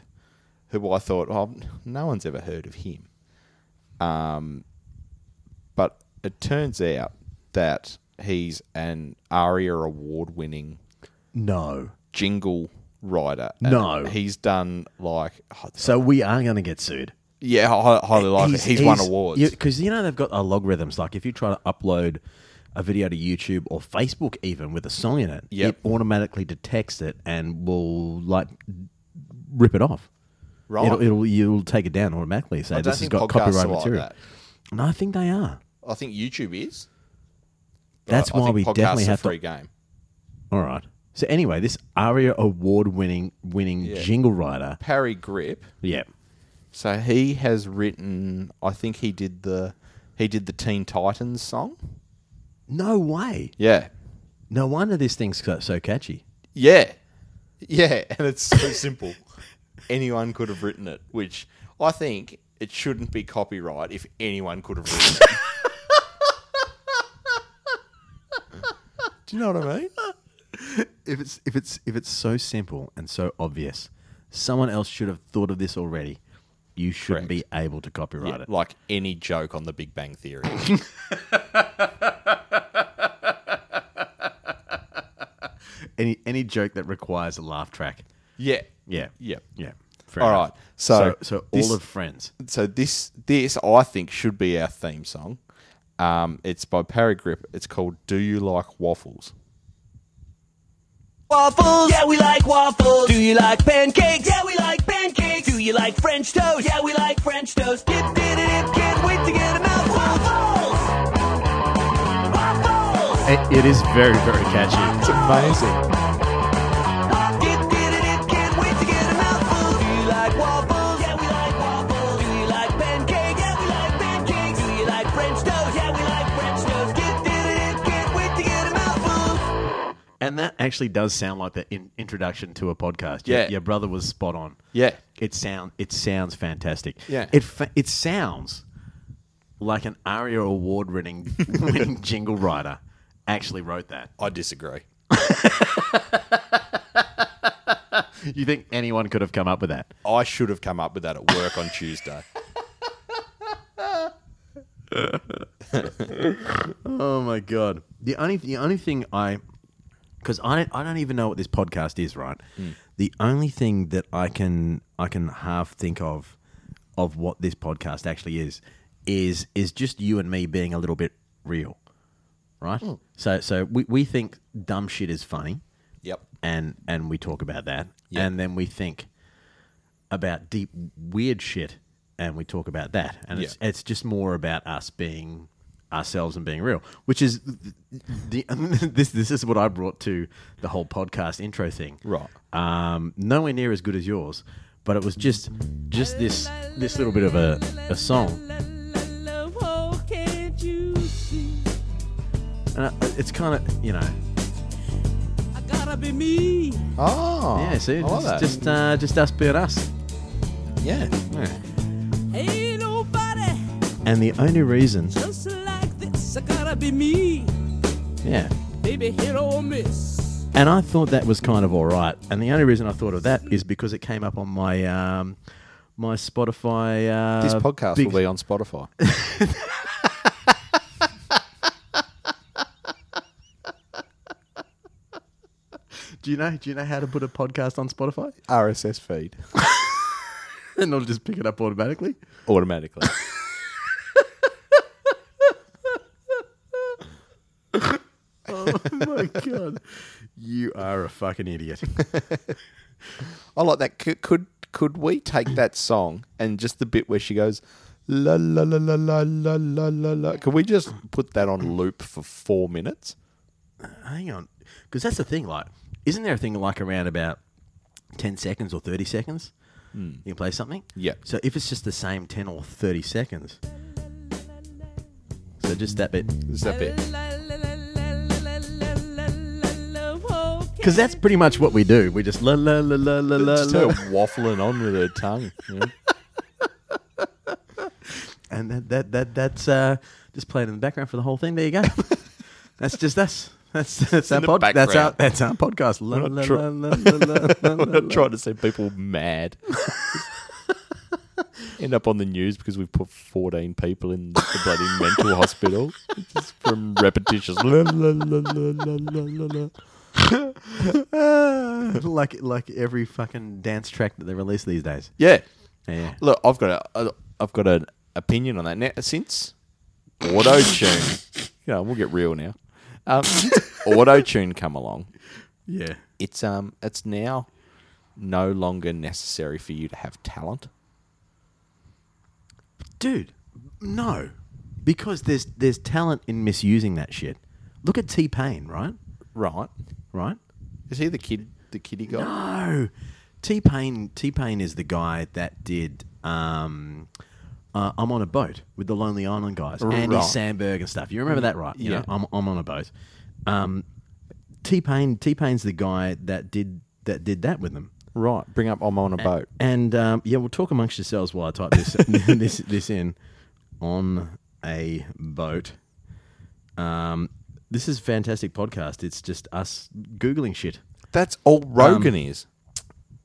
Speaker 1: who I thought, oh, no one's ever heard of him. Um, but it turns out that he's an ARIA award winning
Speaker 2: No.
Speaker 1: jingle writer. And
Speaker 2: No.
Speaker 1: he's done like oh,
Speaker 2: So we are going to get sued.
Speaker 1: yeah, hi- highly likely. He's, won awards.
Speaker 2: Because, you know, they've got uh, logarithms. Like, if you try to upload a video to YouTube or Facebook, even with a song in it,
Speaker 1: Yep.
Speaker 2: it automatically detects it and will, like, rip it off.
Speaker 1: Right.
Speaker 2: It'll, it'll, you'll take it down automatically. Say,
Speaker 1: don't
Speaker 2: this has
Speaker 1: think
Speaker 2: got
Speaker 1: podcasts are
Speaker 2: copyright
Speaker 1: like
Speaker 2: material.
Speaker 1: that.
Speaker 2: No, I think they are.
Speaker 1: I think YouTube is. But
Speaker 2: That's
Speaker 1: I- I
Speaker 2: why
Speaker 1: think
Speaker 2: we
Speaker 1: podcasts
Speaker 2: definitely
Speaker 1: are
Speaker 2: have to-
Speaker 1: free game.
Speaker 2: All right. So, anyway, this ARIA award winning winning jingle writer.
Speaker 1: Parry Grip.
Speaker 2: Yeah.
Speaker 1: So he has written. I think he did the he did the Teen Titans song.
Speaker 2: No way.
Speaker 1: Yeah,
Speaker 2: No wonder this thing's so, so catchy.
Speaker 1: yeah, [laughs] yeah. And it's so simple. Anyone could have written it, which I think It shouldn't be copyright if anyone could have written it. Do you know what I mean?
Speaker 2: [laughs] if it's if it's if it's so simple and so obvious, someone else should have thought of this already. You shouldn't be able to copyright it.
Speaker 1: Like any joke on the Big Bang
Speaker 2: [laughs]
Speaker 1: Theory.
Speaker 2: Any any joke that requires a laugh track.
Speaker 1: yeah.
Speaker 2: Yeah.
Speaker 1: Yeah.
Speaker 2: Yeah.
Speaker 1: All right. So,
Speaker 2: So so
Speaker 1: this-
Speaker 2: all of friends.
Speaker 1: so this this I think should be our theme song. Um, it's by Paragrip. It's called "Do You Like Waffles."
Speaker 4: Waffles? Yeah, we like waffles. Do you like pancakes? Yeah, we like pancakes. Do you like French toast? Yeah, we like French toast. Dip, dip, dip, dip. Can't wait to get 'em out. Waffles! Waffles!
Speaker 2: It, it is very very catchy.
Speaker 1: It's amazing.
Speaker 4: Dip, dip, dip, dip. Can't wait to get 'em out. Waffles. Do you like waffles? Yeah, we like waffles. Do you like pancakes? Yeah, we like pancakes. Do you like French toast? Yeah, we like French toast. Dip, dip, dip, dip. Can't wait to get 'em out. Waffles.
Speaker 2: And that actually does sound like the in, introduction to a podcast.
Speaker 1: Yeah.
Speaker 2: Your, your brother was spot on.
Speaker 1: Yeah.
Speaker 2: It sound it sounds fantastic.
Speaker 1: Yeah.
Speaker 2: It fa- it sounds like an ARIA award [laughs] winning winning jingle writer actually wrote that.
Speaker 1: I disagree.
Speaker 2: You think anyone could have come up with that?
Speaker 1: I should have come up with that at work on Tuesday.
Speaker 2: Oh my god. The only the only thing I because I don't I don't even know what this podcast is, right? The only thing that I can I can half think of of what this podcast actually is is is just you and me being a little bit real. Right? So so we, we think dumb shit is funny.
Speaker 1: [laughs] Yep.
Speaker 2: and and we talk about that
Speaker 1: Yeah.
Speaker 2: and then we think about deep weird shit and we talk about that and it's
Speaker 1: Yeah.
Speaker 2: it's just more about us being ourselves and being real which is the [laughs] this this is what I brought to the whole podcast intro thing
Speaker 1: Right.
Speaker 2: um nowhere near as good as yours but it was just just this this little bit of a, a song
Speaker 3: Oh, can't you see?
Speaker 2: and I, it's kind of you know
Speaker 3: I gotta be me.
Speaker 1: Oh.
Speaker 2: yeah see
Speaker 1: I
Speaker 2: it's
Speaker 1: like that.
Speaker 2: just uh, just us being us
Speaker 1: yeah.
Speaker 3: Ain't nobody
Speaker 2: and the only reason
Speaker 3: just like this. I gotta be me.
Speaker 2: yeah
Speaker 3: Baby, hit or miss.
Speaker 2: And I thought that was kind of all right. And the only reason I thought of that is because it came up on my um, my Spotify. Uh,
Speaker 1: This podcast
Speaker 2: big-
Speaker 1: will be on
Speaker 2: [laughs]
Speaker 1: Spotify.
Speaker 2: Do you know? Do you know how to put a podcast on Spotify? [laughs]
Speaker 1: RSS feed
Speaker 2: and it'll just pick it up automatically.
Speaker 1: [laughs] automatically.
Speaker 2: [laughs] Oh my god, you are a fucking idiot.
Speaker 1: I like that. Could, could could we take that song and just the bit where she goes la la la la la la la la la? Could we just put that on loop for four minutes?
Speaker 2: [laughs] Hang on, because that's the thing. Like, isn't there a thing like around about ten seconds or thirty seconds? You can play something.
Speaker 1: Yeah.
Speaker 2: So if it's just the same ten or thirty seconds, so just that bit.
Speaker 1: Is that bit?
Speaker 2: Because that's pretty much what we do. We just la la la la la la
Speaker 1: Just her
Speaker 2: la.
Speaker 1: waffling on with her tongue. you know?
Speaker 2: And that, that, that that's uh, just playing in the background for the whole thing.
Speaker 1: [laughs]
Speaker 2: There you go. that's just us. That's that's our
Speaker 1: the
Speaker 2: pod, that's our
Speaker 1: background.
Speaker 2: that's our podcast. La,
Speaker 1: not
Speaker 2: la,
Speaker 1: tr-
Speaker 2: la, la,
Speaker 1: [laughs]
Speaker 2: la, la, la,
Speaker 1: We're
Speaker 2: la.
Speaker 1: not trying to see people [laughs] mad. End up on the news because we've put 14 people in the bloody mental hospital just from repetitious. la, la, la, la, la, la, la.
Speaker 2: Ah, like like every fucking dance track that they release these days.
Speaker 1: Yeah.
Speaker 2: Yeah.
Speaker 1: Look, I've got a, I've got an opinion on that now. Since auto tune, you know, we'll get real now. Um, [laughs] auto tune come along.
Speaker 2: Yeah.
Speaker 1: It's um, it's now no longer necessary for you to have talent.
Speaker 2: Dude, no. Because there's there's talent in misusing that shit. Look at T Pain, right?
Speaker 1: Right?
Speaker 2: Right?
Speaker 1: Is he the kid? The kiddie guy?
Speaker 2: No, T Pain. T Pain is the guy that did. Um, uh, I'm on a boat with the Lonely Island guys, Andy
Speaker 1: Right.
Speaker 2: Sandberg and stuff. You remember that, right? You
Speaker 1: Yeah.
Speaker 2: know, I'm, I'm on a boat. Um, T Pain. T Pain's the guy that did that did that with them.
Speaker 1: Right. Bring up I'm on a boat.
Speaker 2: And um, yeah, we'll talk amongst yourselves while I type this [laughs] this this in on a boat. Um, this is fantastic podcast. It's just us googling shit.
Speaker 1: That's all Rogan is.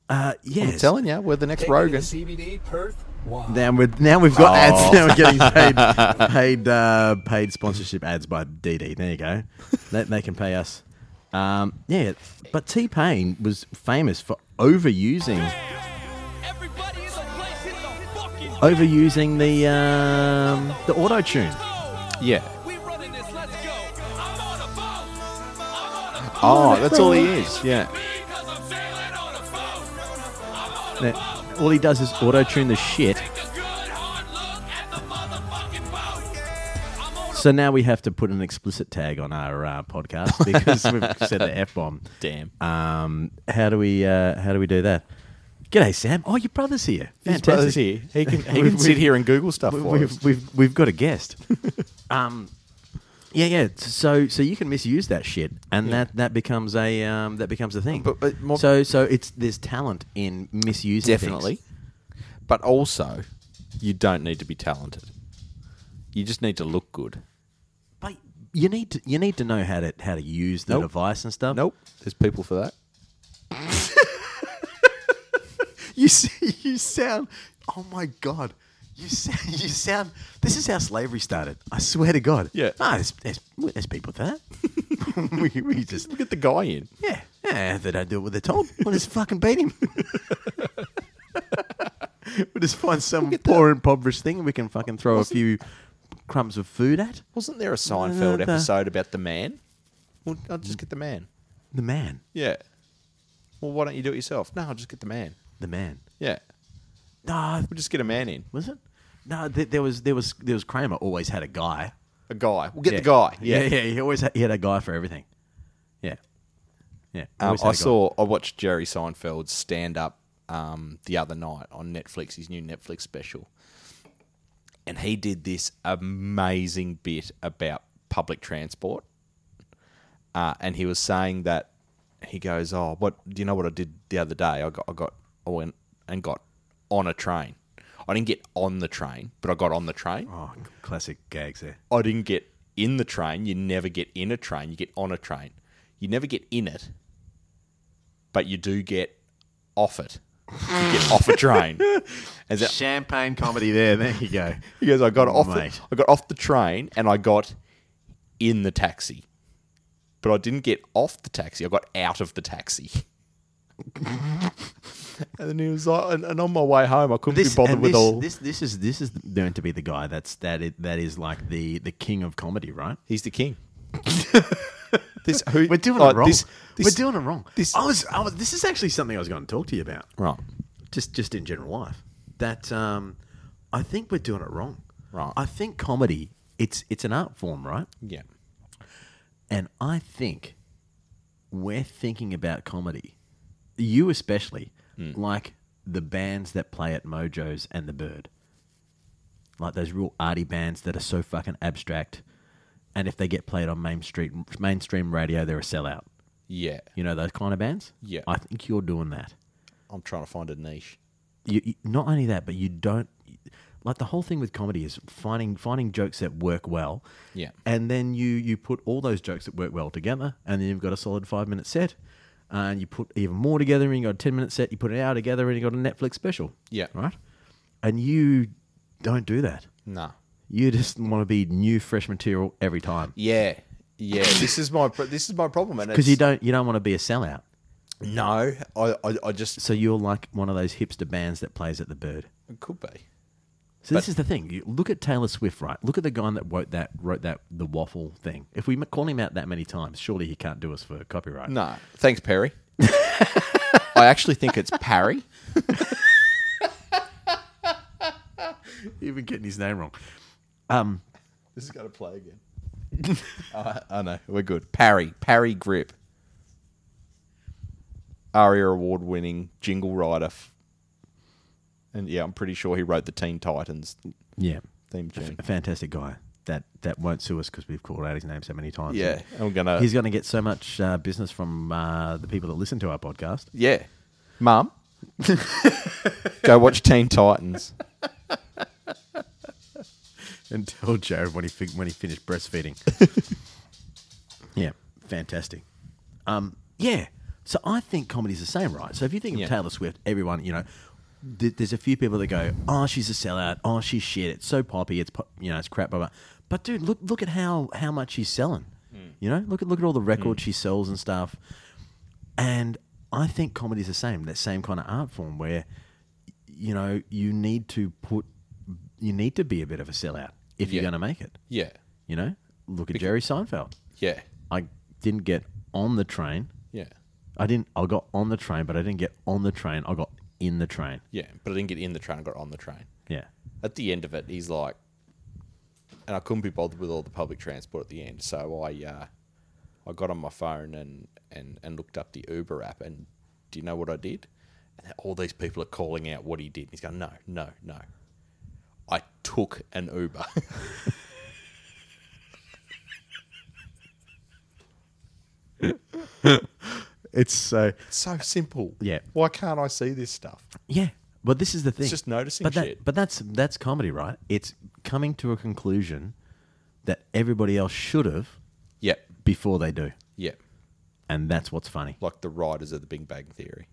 Speaker 2: Uh, yes.
Speaker 1: I'm telling you, we're the next Rogan.
Speaker 5: CBD Perth. Wow.
Speaker 2: Now we're now we've got
Speaker 1: Oh.
Speaker 2: ads. Now we're getting
Speaker 1: [laughs]
Speaker 2: paid paid uh, paid sponsorship ads by DD. There you go. they, they can pay us. Um, yeah, but T Pain was famous for overusing
Speaker 4: Everybody in the place hit the fucking
Speaker 2: overusing the um, the auto tune.
Speaker 1: Yeah.
Speaker 4: We running this, let's go. I'm on a boat. I'm on a boat.
Speaker 1: Oh, that's all he is. Yeah.
Speaker 4: Because I'm sailing on a boat. I'm on a boat.
Speaker 2: Now, all he does is auto tune the shit.
Speaker 4: Take a good hard look at the motherfucking boat. I'm on a
Speaker 2: So now we have to put an explicit tag on our uh,
Speaker 1: [laughs]
Speaker 2: podcast because we've said the f bomb.
Speaker 1: Damn.
Speaker 2: Um, how do we uh, how do we do that? G'day, Sam. Oh, your brother's here.
Speaker 1: His
Speaker 2: Fantastic.
Speaker 1: brother's here. [laughs] He can,
Speaker 2: [laughs]
Speaker 1: he
Speaker 2: We've-
Speaker 1: can sit
Speaker 2: we've-
Speaker 1: here and Google stuff
Speaker 2: we-
Speaker 1: for us.
Speaker 2: we've, we've we've got a guest.
Speaker 1: [laughs]
Speaker 2: um, yeah, yeah. So so you can misuse that shit, and that that becomes a um, that becomes a thing.
Speaker 1: But- but more-
Speaker 2: so so it's there's talent in misusing things.
Speaker 1: Definitely. But also, you don't need to be talented. You just need to look good.
Speaker 2: But you need to you need to know how to how to use the
Speaker 1: Nope.
Speaker 2: device and stuff.
Speaker 1: Nope. There's people for that.
Speaker 2: You see, [laughs] you sound. Oh my god. You sound, [laughs] you sound. This is how slavery started. I swear to God.
Speaker 1: Yeah.
Speaker 2: No, there's, there's, there's people for that. [laughs] we, we just
Speaker 1: Look at the guy in.
Speaker 2: Yeah, yeah. If they don't do what they're told, we'll just fucking beat [laughs] him. we'll just find some poor impoverished thing and we can fucking throw a few crumbs of food at
Speaker 1: Wasn't there a Seinfeld
Speaker 2: the-
Speaker 1: episode about the man? Well, I'll just get the man.
Speaker 2: the man.
Speaker 1: Yeah. Well, why don't you do it yourself? No, I'll just get the man.
Speaker 2: The man.
Speaker 1: Yeah.
Speaker 2: No,
Speaker 1: We'll just get a man in.
Speaker 2: was it? No, th- there was there was there was Kramer always had a guy.
Speaker 1: A guy. We'll get
Speaker 2: Yeah.
Speaker 1: the guy.
Speaker 2: yeah, yeah. He always had, he had a guy for everything. Yeah, yeah. he
Speaker 1: Um,
Speaker 2: always had
Speaker 1: I
Speaker 2: a guy.
Speaker 1: saw. I watched Jerry Seinfeld's stand up um, the other night on Netflix. His new Netflix special, and he did this amazing bit about public transport. Uh, and he was saying that he goes, "Oh, what do you know? What I did the other day? I got, I got, I went and got on a train. I didn't get on the train, but I got on the train.
Speaker 2: Oh, classic gags there.
Speaker 1: I didn't get in the train. You never get in a train. You get on a train. You never get in it, but you do get off it. You get off a [laughs] train. And so
Speaker 2: Champagne comedy there. There
Speaker 1: [laughs]
Speaker 2: you go.
Speaker 1: he goes, I got off. The,
Speaker 2: Mate.
Speaker 1: I got off the train and I got in the taxi, but I didn't get off the taxi. I got out of the taxi. [laughs] and then he was like, and, and on my way home, I couldn't
Speaker 2: this,
Speaker 1: be bothered
Speaker 2: and
Speaker 1: with
Speaker 2: this,
Speaker 1: all.
Speaker 2: This this is this is known to be the guy that's that it, that is like the the king of comedy, right?
Speaker 1: He's the king. [laughs] this who
Speaker 2: We're doing
Speaker 1: like,
Speaker 2: it wrong.
Speaker 1: this- this-
Speaker 2: We're doing it wrong.
Speaker 1: this-
Speaker 2: I was, I was. Oh, This is actually something I was going to talk to you about,
Speaker 1: right.
Speaker 2: just just in general life. That um, I think we're doing it wrong.
Speaker 1: Right.
Speaker 2: I think comedy it's it's an art form, right?
Speaker 1: Yeah.
Speaker 2: And I think we're thinking about comedy, you especially, like the bands that play at Mojo's and the Bird. Like those real arty bands that are so fucking abstract. And if they get played on main street, mainstream radio, they're a sellout.
Speaker 1: Yeah.
Speaker 2: You know those kind of bands?
Speaker 1: Yeah.
Speaker 2: I think you're doing that.
Speaker 1: I'm trying to find a niche.
Speaker 2: You, you, not only that, but you don't. Like the whole thing with comedy is finding finding jokes that work well,
Speaker 1: Yeah.
Speaker 2: and then you you put all those jokes that work well together, and then you've got a solid five minute set, and you put even more together, and you got a ten minute set. You put an hour together, and you got a Netflix special.
Speaker 1: Yeah.
Speaker 2: right. And you don't do that.
Speaker 1: No.
Speaker 2: You just want to be new, fresh material every time
Speaker 1: Yeah. Yeah. [coughs] this is my pro- this is my problem, and
Speaker 2: because you don't you don't want to be a sellout.
Speaker 1: don't. No, I, I I just
Speaker 2: So you're like one of those hipster bands that plays at the Bird.
Speaker 1: it could be.
Speaker 2: So this is the thing. You look at Taylor Swift, right? Look at the guy that wrote that wrote that the waffle thing. If we m- call him out that many times, surely he can't do us for copyright.
Speaker 1: No, thanks, [laughs] Perry. I actually think it's Parry.
Speaker 2: Even getting his name wrong.
Speaker 1: This is gonna play again. [laughs] I oh, know we're good. Parry, Parry Grip. ARIA award-winning jingle writer, f- and yeah, I'm pretty sure he wrote the Teen Titans
Speaker 2: Yeah,
Speaker 1: theme [laughs] tune.
Speaker 2: a fantastic guy. That that won't sue us because we've called out his name so many times.
Speaker 1: Yeah, I'm gonna.
Speaker 2: he's going to get so much uh, business from uh, the people that listen to our podcast.
Speaker 1: yeah, [laughs] Mum, go watch Teen Titans.
Speaker 2: and tell Jared when he fin- when he finished breastfeeding. yeah, fantastic. Um, yeah, so I think comedy's the same, right? So if you think of
Speaker 1: Yeah.
Speaker 2: Taylor Swift, everyone you know, th- there's a few people that go, "Oh, she's a sellout. Oh, she's shit. It's so poppy. It's pop- you know, it's crap." Blah, blah. But dude, look look at how how much she's selling. You know, look at look at all the records she sells and stuff. And I think comedy's the same, that same kind of art form where, you know, you need to put, you need to be a bit of a sellout if you're
Speaker 1: Yeah.
Speaker 2: going to make it.
Speaker 1: Yeah,
Speaker 2: You know, look at Jerry Seinfeld.
Speaker 1: yeah,
Speaker 2: I didn't get on the train.
Speaker 1: yeah,
Speaker 2: I didn't, I got on the train, but I didn't get on the train. I got in the train.
Speaker 1: yeah. But I didn't get in the train. I got on the train.
Speaker 2: Yeah.
Speaker 1: At the end of it, he's like, and I couldn't be bothered with all the public transport at the end, so I, uh, I got on my phone and and and looked up the Uber app. And do you know what I did? And all these people are calling out what he did. He's going, no, no, no. I took an Uber. [laughs]
Speaker 2: It's uh, so,
Speaker 1: so simple.
Speaker 2: Yeah.
Speaker 1: Why can't I see this stuff?
Speaker 2: yeah. But this is the thing.
Speaker 1: just noticing
Speaker 2: but that-
Speaker 1: shit.
Speaker 2: but that's, that's comedy, right? It's coming to a conclusion that everybody else should have
Speaker 1: Yep.
Speaker 2: before they do.
Speaker 1: Yep.
Speaker 2: And that's what's funny.
Speaker 1: Like the writers of the Big Bang Theory.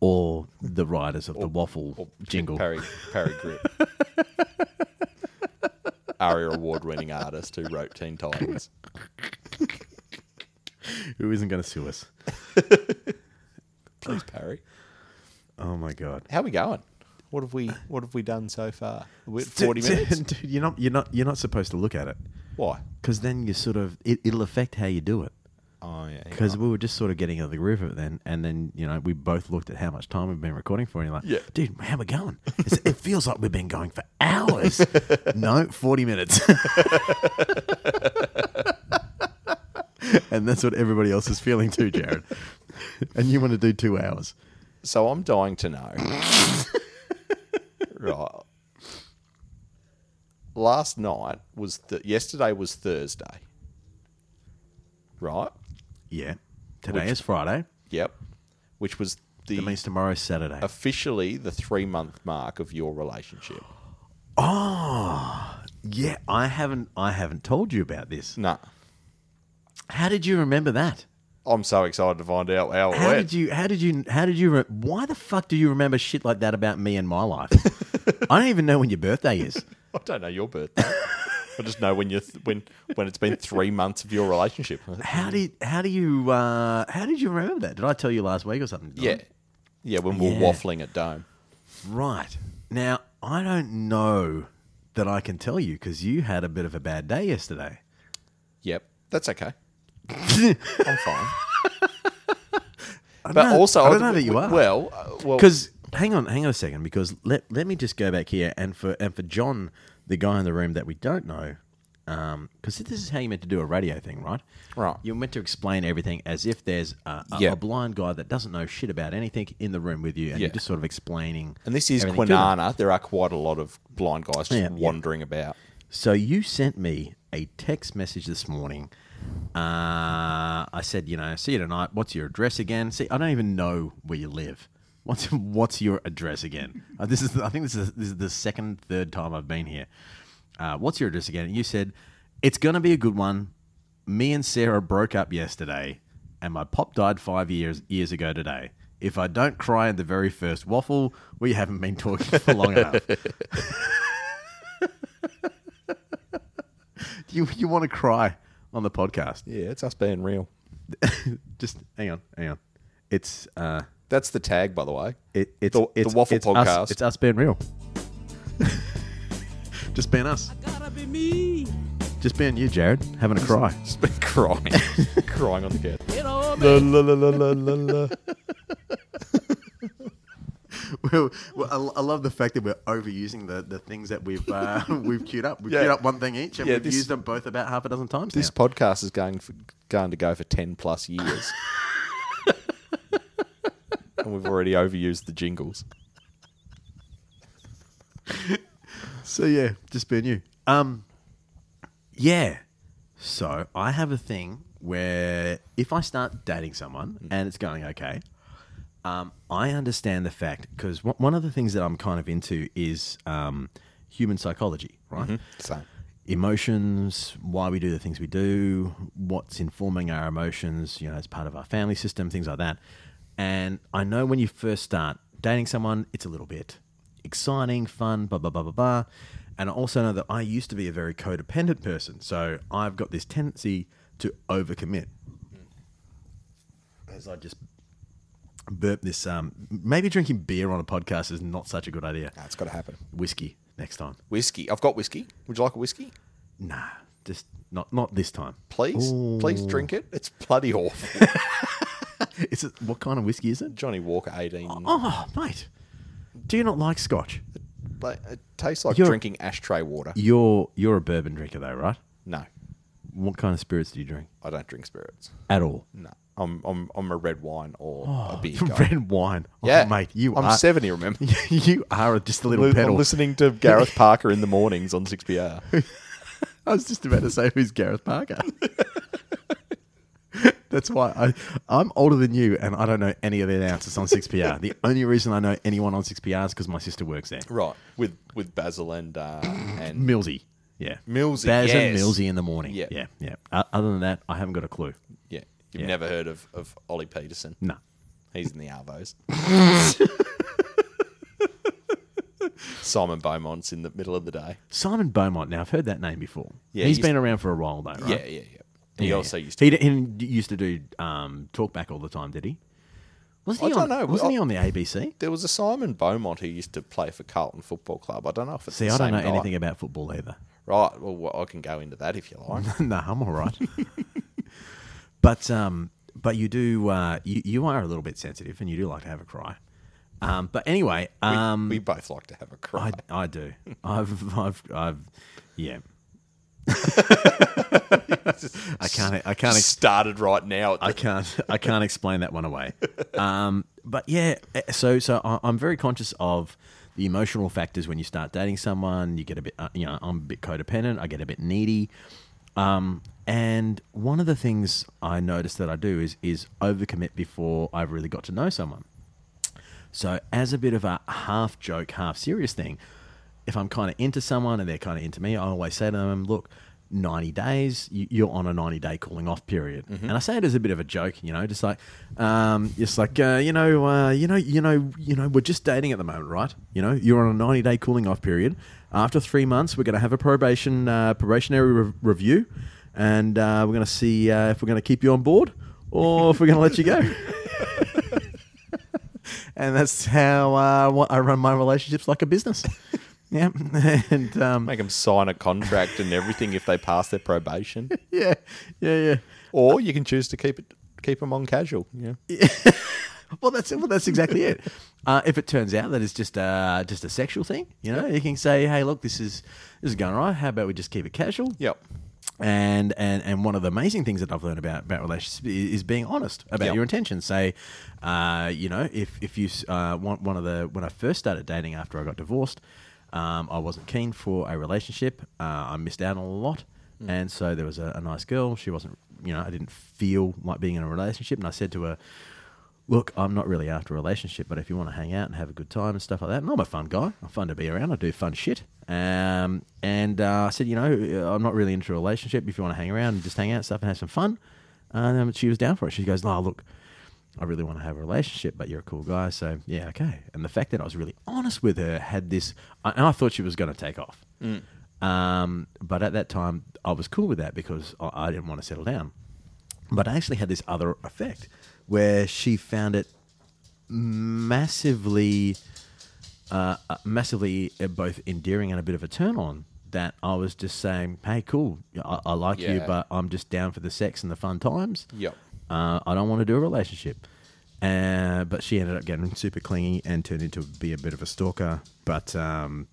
Speaker 2: or the riders of the waffle jingle.
Speaker 1: Parry, Parry
Speaker 2: [laughs]
Speaker 1: Grip. ARIA award winning artist who wrote Teen Titans.
Speaker 2: Who isn't going to sue us?
Speaker 1: Please, Parry.
Speaker 2: Oh my god!
Speaker 1: How we going? What have we What have we done so far? Are we at forty minutes.
Speaker 2: [laughs] Dude, you're not you're not you're not supposed to look at it
Speaker 1: Why?
Speaker 2: because then you sort of it, it'll affect how you do it.
Speaker 1: Oh yeah.
Speaker 2: Because we were just sort of getting out of the groove of it then, and then you know we both looked at how much time we've been recording for, and you're like,
Speaker 1: Yeah.
Speaker 2: dude, how we going? It's, it feels like we've been going for
Speaker 1: [laughs]
Speaker 2: hours. no, forty minutes. [laughs] and that's what everybody else is feeling too, Jared. and you want to do two hours?
Speaker 1: So I'm dying to [laughs] know. right. Last night was th- yesterday was Thursday. Right.
Speaker 2: Yeah. Today
Speaker 1: Which- E
Speaker 2: is Friday.
Speaker 1: Yep. Which was the
Speaker 2: That means tomorrow's Saturday.
Speaker 1: officially the three month mark of your relationship.
Speaker 2: Ah, yeah, I haven't I haven't told you about this.
Speaker 1: Nah.
Speaker 2: How did you remember that?
Speaker 1: I'm so excited to find out how it
Speaker 2: How
Speaker 1: went.
Speaker 2: did you how did you how did you re- why the fuck do you remember shit like that about me and
Speaker 1: [laughs]
Speaker 2: my life? I don't even know when your birthday is.
Speaker 1: I don't know your birthday. I just know when you th- when when it's been three months of your relationship.
Speaker 2: How do you, how do you uh, how did you remember that? Did I tell you last week or something? Did I?
Speaker 1: Yeah, yeah. When we're
Speaker 2: Yeah.
Speaker 1: waffling at Dome.
Speaker 2: Right. Now, I don't know that I can tell you cuz you had a bit of a bad day yesterday.
Speaker 1: Yep, that's
Speaker 2: [laughs]
Speaker 1: okay. I'm fine. But also,
Speaker 2: I don't know that you
Speaker 1: w-
Speaker 2: are.
Speaker 1: Well, uh, well,
Speaker 2: Because hang on, hang on a second. Because let let me just go back here and for and for John, the guy in the room that we don't know, because this is how you meant to do a radio thing, right?
Speaker 1: Right.
Speaker 2: You're meant to explain everything as if there's a, a,
Speaker 1: Yeah.
Speaker 2: a blind guy that doesn't know shit about anything in the room with you, and
Speaker 1: Yeah.
Speaker 2: you're just sort of explaining.
Speaker 1: and this is
Speaker 2: everything to them.
Speaker 1: Quinana. There are quite a lot of blind guys just
Speaker 2: Yeah, yeah.
Speaker 1: wandering about.
Speaker 2: So you sent me a text message this morning. Uh, I said, you know, see you tonight. What's your address again? See, I don't even know where you live. [laughs] What's what's your address again? Uh, this is I think this is this is the second third time I've been here. Uh, what's your address again? And you said it's gonna be a good one. Me and Sarah broke up yesterday, and my pop died five years years ago today. If I don't cry in the very first waffle, we haven't been talking for long enough. You you want to cry on the podcast?
Speaker 1: Yeah, it's us being real.
Speaker 2: Just hang on, hang on. It's uh,
Speaker 1: That's the tag, by the way.
Speaker 2: it, it's
Speaker 1: The- the
Speaker 2: it's
Speaker 1: Waffle
Speaker 2: it's us-
Speaker 1: Podcast.
Speaker 2: it's us being real. [laughs] Just being us.
Speaker 3: Gotta be me.
Speaker 2: Just being you, Jared, having a cry.
Speaker 1: Just been [laughs] crying, crying on the couch.
Speaker 3: It all
Speaker 1: La, la, la, la, la, la, la.
Speaker 2: [laughs] well, well, I, I love the fact that we're overusing the, the things that we've uh, [laughs] we've queued up. We've
Speaker 1: Yeah.
Speaker 2: queued up one thing each, and
Speaker 1: Yeah,
Speaker 2: we've
Speaker 1: this-
Speaker 2: used them both about half a dozen
Speaker 1: [laughs]
Speaker 2: times.
Speaker 1: This
Speaker 2: now.
Speaker 1: podcast is going for, going to go for ten plus [laughs] years, and we've already overused the jingles.
Speaker 2: so yeah, just being you. Um, yeah. So I have a thing where if I start dating someone and it's going okay, Um, I understand the fact because one of the things that I'm kind of into is um, human psychology, right?
Speaker 1: Same.
Speaker 2: emotions, why we do the things we do, what's informing our emotions, you know, as part of our family system, things like that. And I know when you first start dating someone, it's a little bit exciting, fun, blah, blah, blah, blah, blah. And I also know that I used to be a very codependent person. So I've got this tendency to overcommit. As I just burp this, um, maybe drinking beer on a podcast is not such a good idea.
Speaker 1: That's got to happen.
Speaker 2: Whiskey next time.
Speaker 1: Whiskey. I've got whiskey. Would you like a whiskey?
Speaker 2: Nah, just not not this time.
Speaker 1: Please, please drink it. It's bloody awful.
Speaker 2: [laughs] Is it what kind of whiskey is it?
Speaker 1: Johnny Walker 18.
Speaker 2: Oh, mate, do you not like Scotch?
Speaker 1: Like, it tastes like
Speaker 2: You're-
Speaker 1: drinking ashtray water.
Speaker 2: You're you're a bourbon drinker though, right?
Speaker 1: no,
Speaker 2: What kind of spirits do you drink
Speaker 1: I don't drink spirits.
Speaker 2: at all?
Speaker 1: No, I'm I'm, I'm a red wine or a [laughs] beer guy.
Speaker 2: [laughs] Red wine. Oh,
Speaker 1: yeah,
Speaker 2: mate, you
Speaker 1: I'm
Speaker 2: are
Speaker 1: 70. [laughs] Remember,
Speaker 2: [laughs] you are just a little
Speaker 1: I'm
Speaker 2: pedal.
Speaker 1: listening to Gareth Parker in the mornings on 6PR.
Speaker 2: I was just about to say who's Gareth Parker. [laughs] That's why I, I'm older than you, and I don't know any of the announcers
Speaker 1: [laughs]
Speaker 2: on 6PR. the only reason I know anyone on 6PR is because my sister works there.
Speaker 1: right, with with Basil and uh, and
Speaker 2: Millsy. Yeah.
Speaker 1: Millsy,
Speaker 2: Baz and
Speaker 1: yes.
Speaker 2: Millsy in the morning.
Speaker 1: Yeah.
Speaker 2: Yeah. Yeah. O- Other than that, I haven't got a clue.
Speaker 1: yeah, you've
Speaker 2: Yeah.
Speaker 1: never heard of of Ollie Peterson.
Speaker 2: No.
Speaker 1: He's in the
Speaker 2: [laughs]
Speaker 1: Arvos. Simon Beaumont's in the middle of the day.
Speaker 2: Simon Beaumont. Now, I've heard that name before.
Speaker 1: Yeah,
Speaker 2: he's
Speaker 1: he's-
Speaker 2: been around for a while, though, right?
Speaker 1: Yeah, yeah, yeah. He
Speaker 2: Yeah,
Speaker 1: also
Speaker 2: yeah.
Speaker 1: used to.
Speaker 2: He, d- he d- used to do um, talk back all the time, did he? Wasn't
Speaker 1: I
Speaker 2: he
Speaker 1: don't
Speaker 2: on,
Speaker 1: know.
Speaker 2: Wasn't
Speaker 1: I-
Speaker 2: he on the ABC?
Speaker 1: There was a Simon Beaumont who used to play for Carlton Football Club. I don't know if it's
Speaker 2: See,
Speaker 1: the
Speaker 2: I don't
Speaker 1: same
Speaker 2: know
Speaker 1: guy.
Speaker 2: anything about football either. [laughs]
Speaker 1: Right. Well, well, I can go into that if you like.
Speaker 2: no, I'm all right. [laughs] but um, but you do uh, you, you are a little bit sensitive, and you do like to have a cry. Um, but anyway, um,
Speaker 1: we both like to have a cry.
Speaker 2: I, I do. [laughs] I've, I've, I've, yeah. [laughs] I can't, I can't,
Speaker 1: Just [laughs]
Speaker 2: ex-
Speaker 1: started right now. At the,
Speaker 2: I can't, I can't explain that one away. Um, but yeah, eh, so, so I- I'm very conscious of the emotional factors when you start dating someone. You get a bit, uh, you know, I'm a bit codependent. I get a bit needy. Um, and one of the things I notice that I do is is overcommit before I've really got to know someone. So, as a bit of a half joke, half serious thing, if I'm kind of into someone and they're kind of into me, I always say to them, look, 90 days, you- you're on a 90 day calling off period. And I say it as a bit of a joke, you know, just like, um, just like, uh, you know, uh, you know, you know, you know, we're just dating at the moment, right? You know, you're on a 90 day cooling off period. After three months, we're going to have a probation, uh, probationary re- review. And uh, we're going to see uh, if we're going to keep you on board or if we're going to let you go. and that's how uh, what I run my relationships like a business. yeah, [laughs] and um,
Speaker 1: [laughs] Make them sign a contract and everything if they pass their probation, [laughs]
Speaker 2: yeah, yeah, yeah.
Speaker 1: or you can choose to keep it keep them on casual. Yeah.
Speaker 2: Well, that's well, that's exactly it. Uh, if it turns out that it's just uh, just a sexual thing, you know, you can say, "Hey, look, this is this is going all right. How about we just keep it casual?"
Speaker 1: Yep.
Speaker 2: And and and one of the amazing things that I've learned about about relationships i- is being honest about
Speaker 1: Yep.
Speaker 2: your intentions. Say, uh, you know, if if you s- uh, want one of the when I first started dating after I got divorced, um, I wasn't keen for a relationship. Uh, I missed out on a lot, and so there was a, a nice girl. She wasn't, you know, I didn't feel like being in a relationship, and I said to her. Look, I'm not really after a relationship, but if you want to hang out and have a good time and stuff like that, and I'm a fun guy, I'm fun to be around, I do fun shit. Um, and uh, I said, you know, I'm not really into a relationship. If you want to hang around and just hang out and stuff and have some fun, and um, she was down for it. She goes, "No, look, I really want to have a relationship, but you're a cool guy, so yeah, okay." And the fact that I was really honest with her had this, I- and I thought she was going to take off. Um, but at that time, I was cool with that because I, I didn't want to settle down. But I actually had this other effect where she found it massively, uh, uh, massively uh, both endearing and a bit of a turn on that I was just saying, hey, cool, I, I like you,
Speaker 1: Yeah.
Speaker 2: but I'm just down for the sex and the fun times.
Speaker 1: Yep.
Speaker 2: Uh, I don't want to do a relationship. Uh, but she ended up getting super clingy and turned into be a bit of a stalker. But um,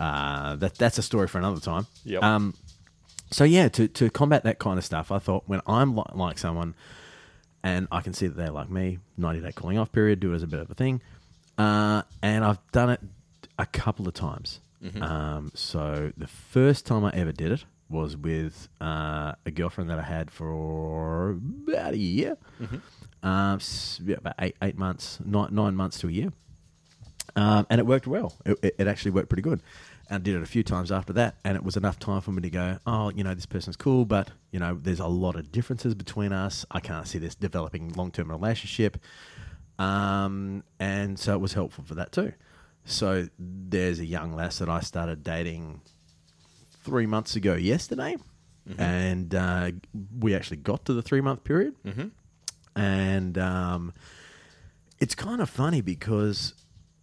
Speaker 2: uh, that that's a story for another time.
Speaker 1: Yep.
Speaker 2: Um, so yeah, to, to combat that kind of stuff, I thought when I'm li- like someone, and I can see that they're like me, ninety day calling off period, do it as a bit of a thing, uh, and I've done it a couple of times. Um, so the first time I ever did it was with uh, a girlfriend that I had for about a year, uh, s- yeah, about eight eight months, nine nine months to a year, um, and it worked well. It, it, it actually worked pretty good, and I did it a few times after that, and it was enough time for me to go, oh, you know, this person's cool, but you know, there's a lot of differences between us. I can't see this developing long term relationship, um, and so it was helpful for that too. So there's a young lass that I started dating three months ago yesterday, and uh, we actually got to the three month period, mm-hmm. and um, it's kind of funny because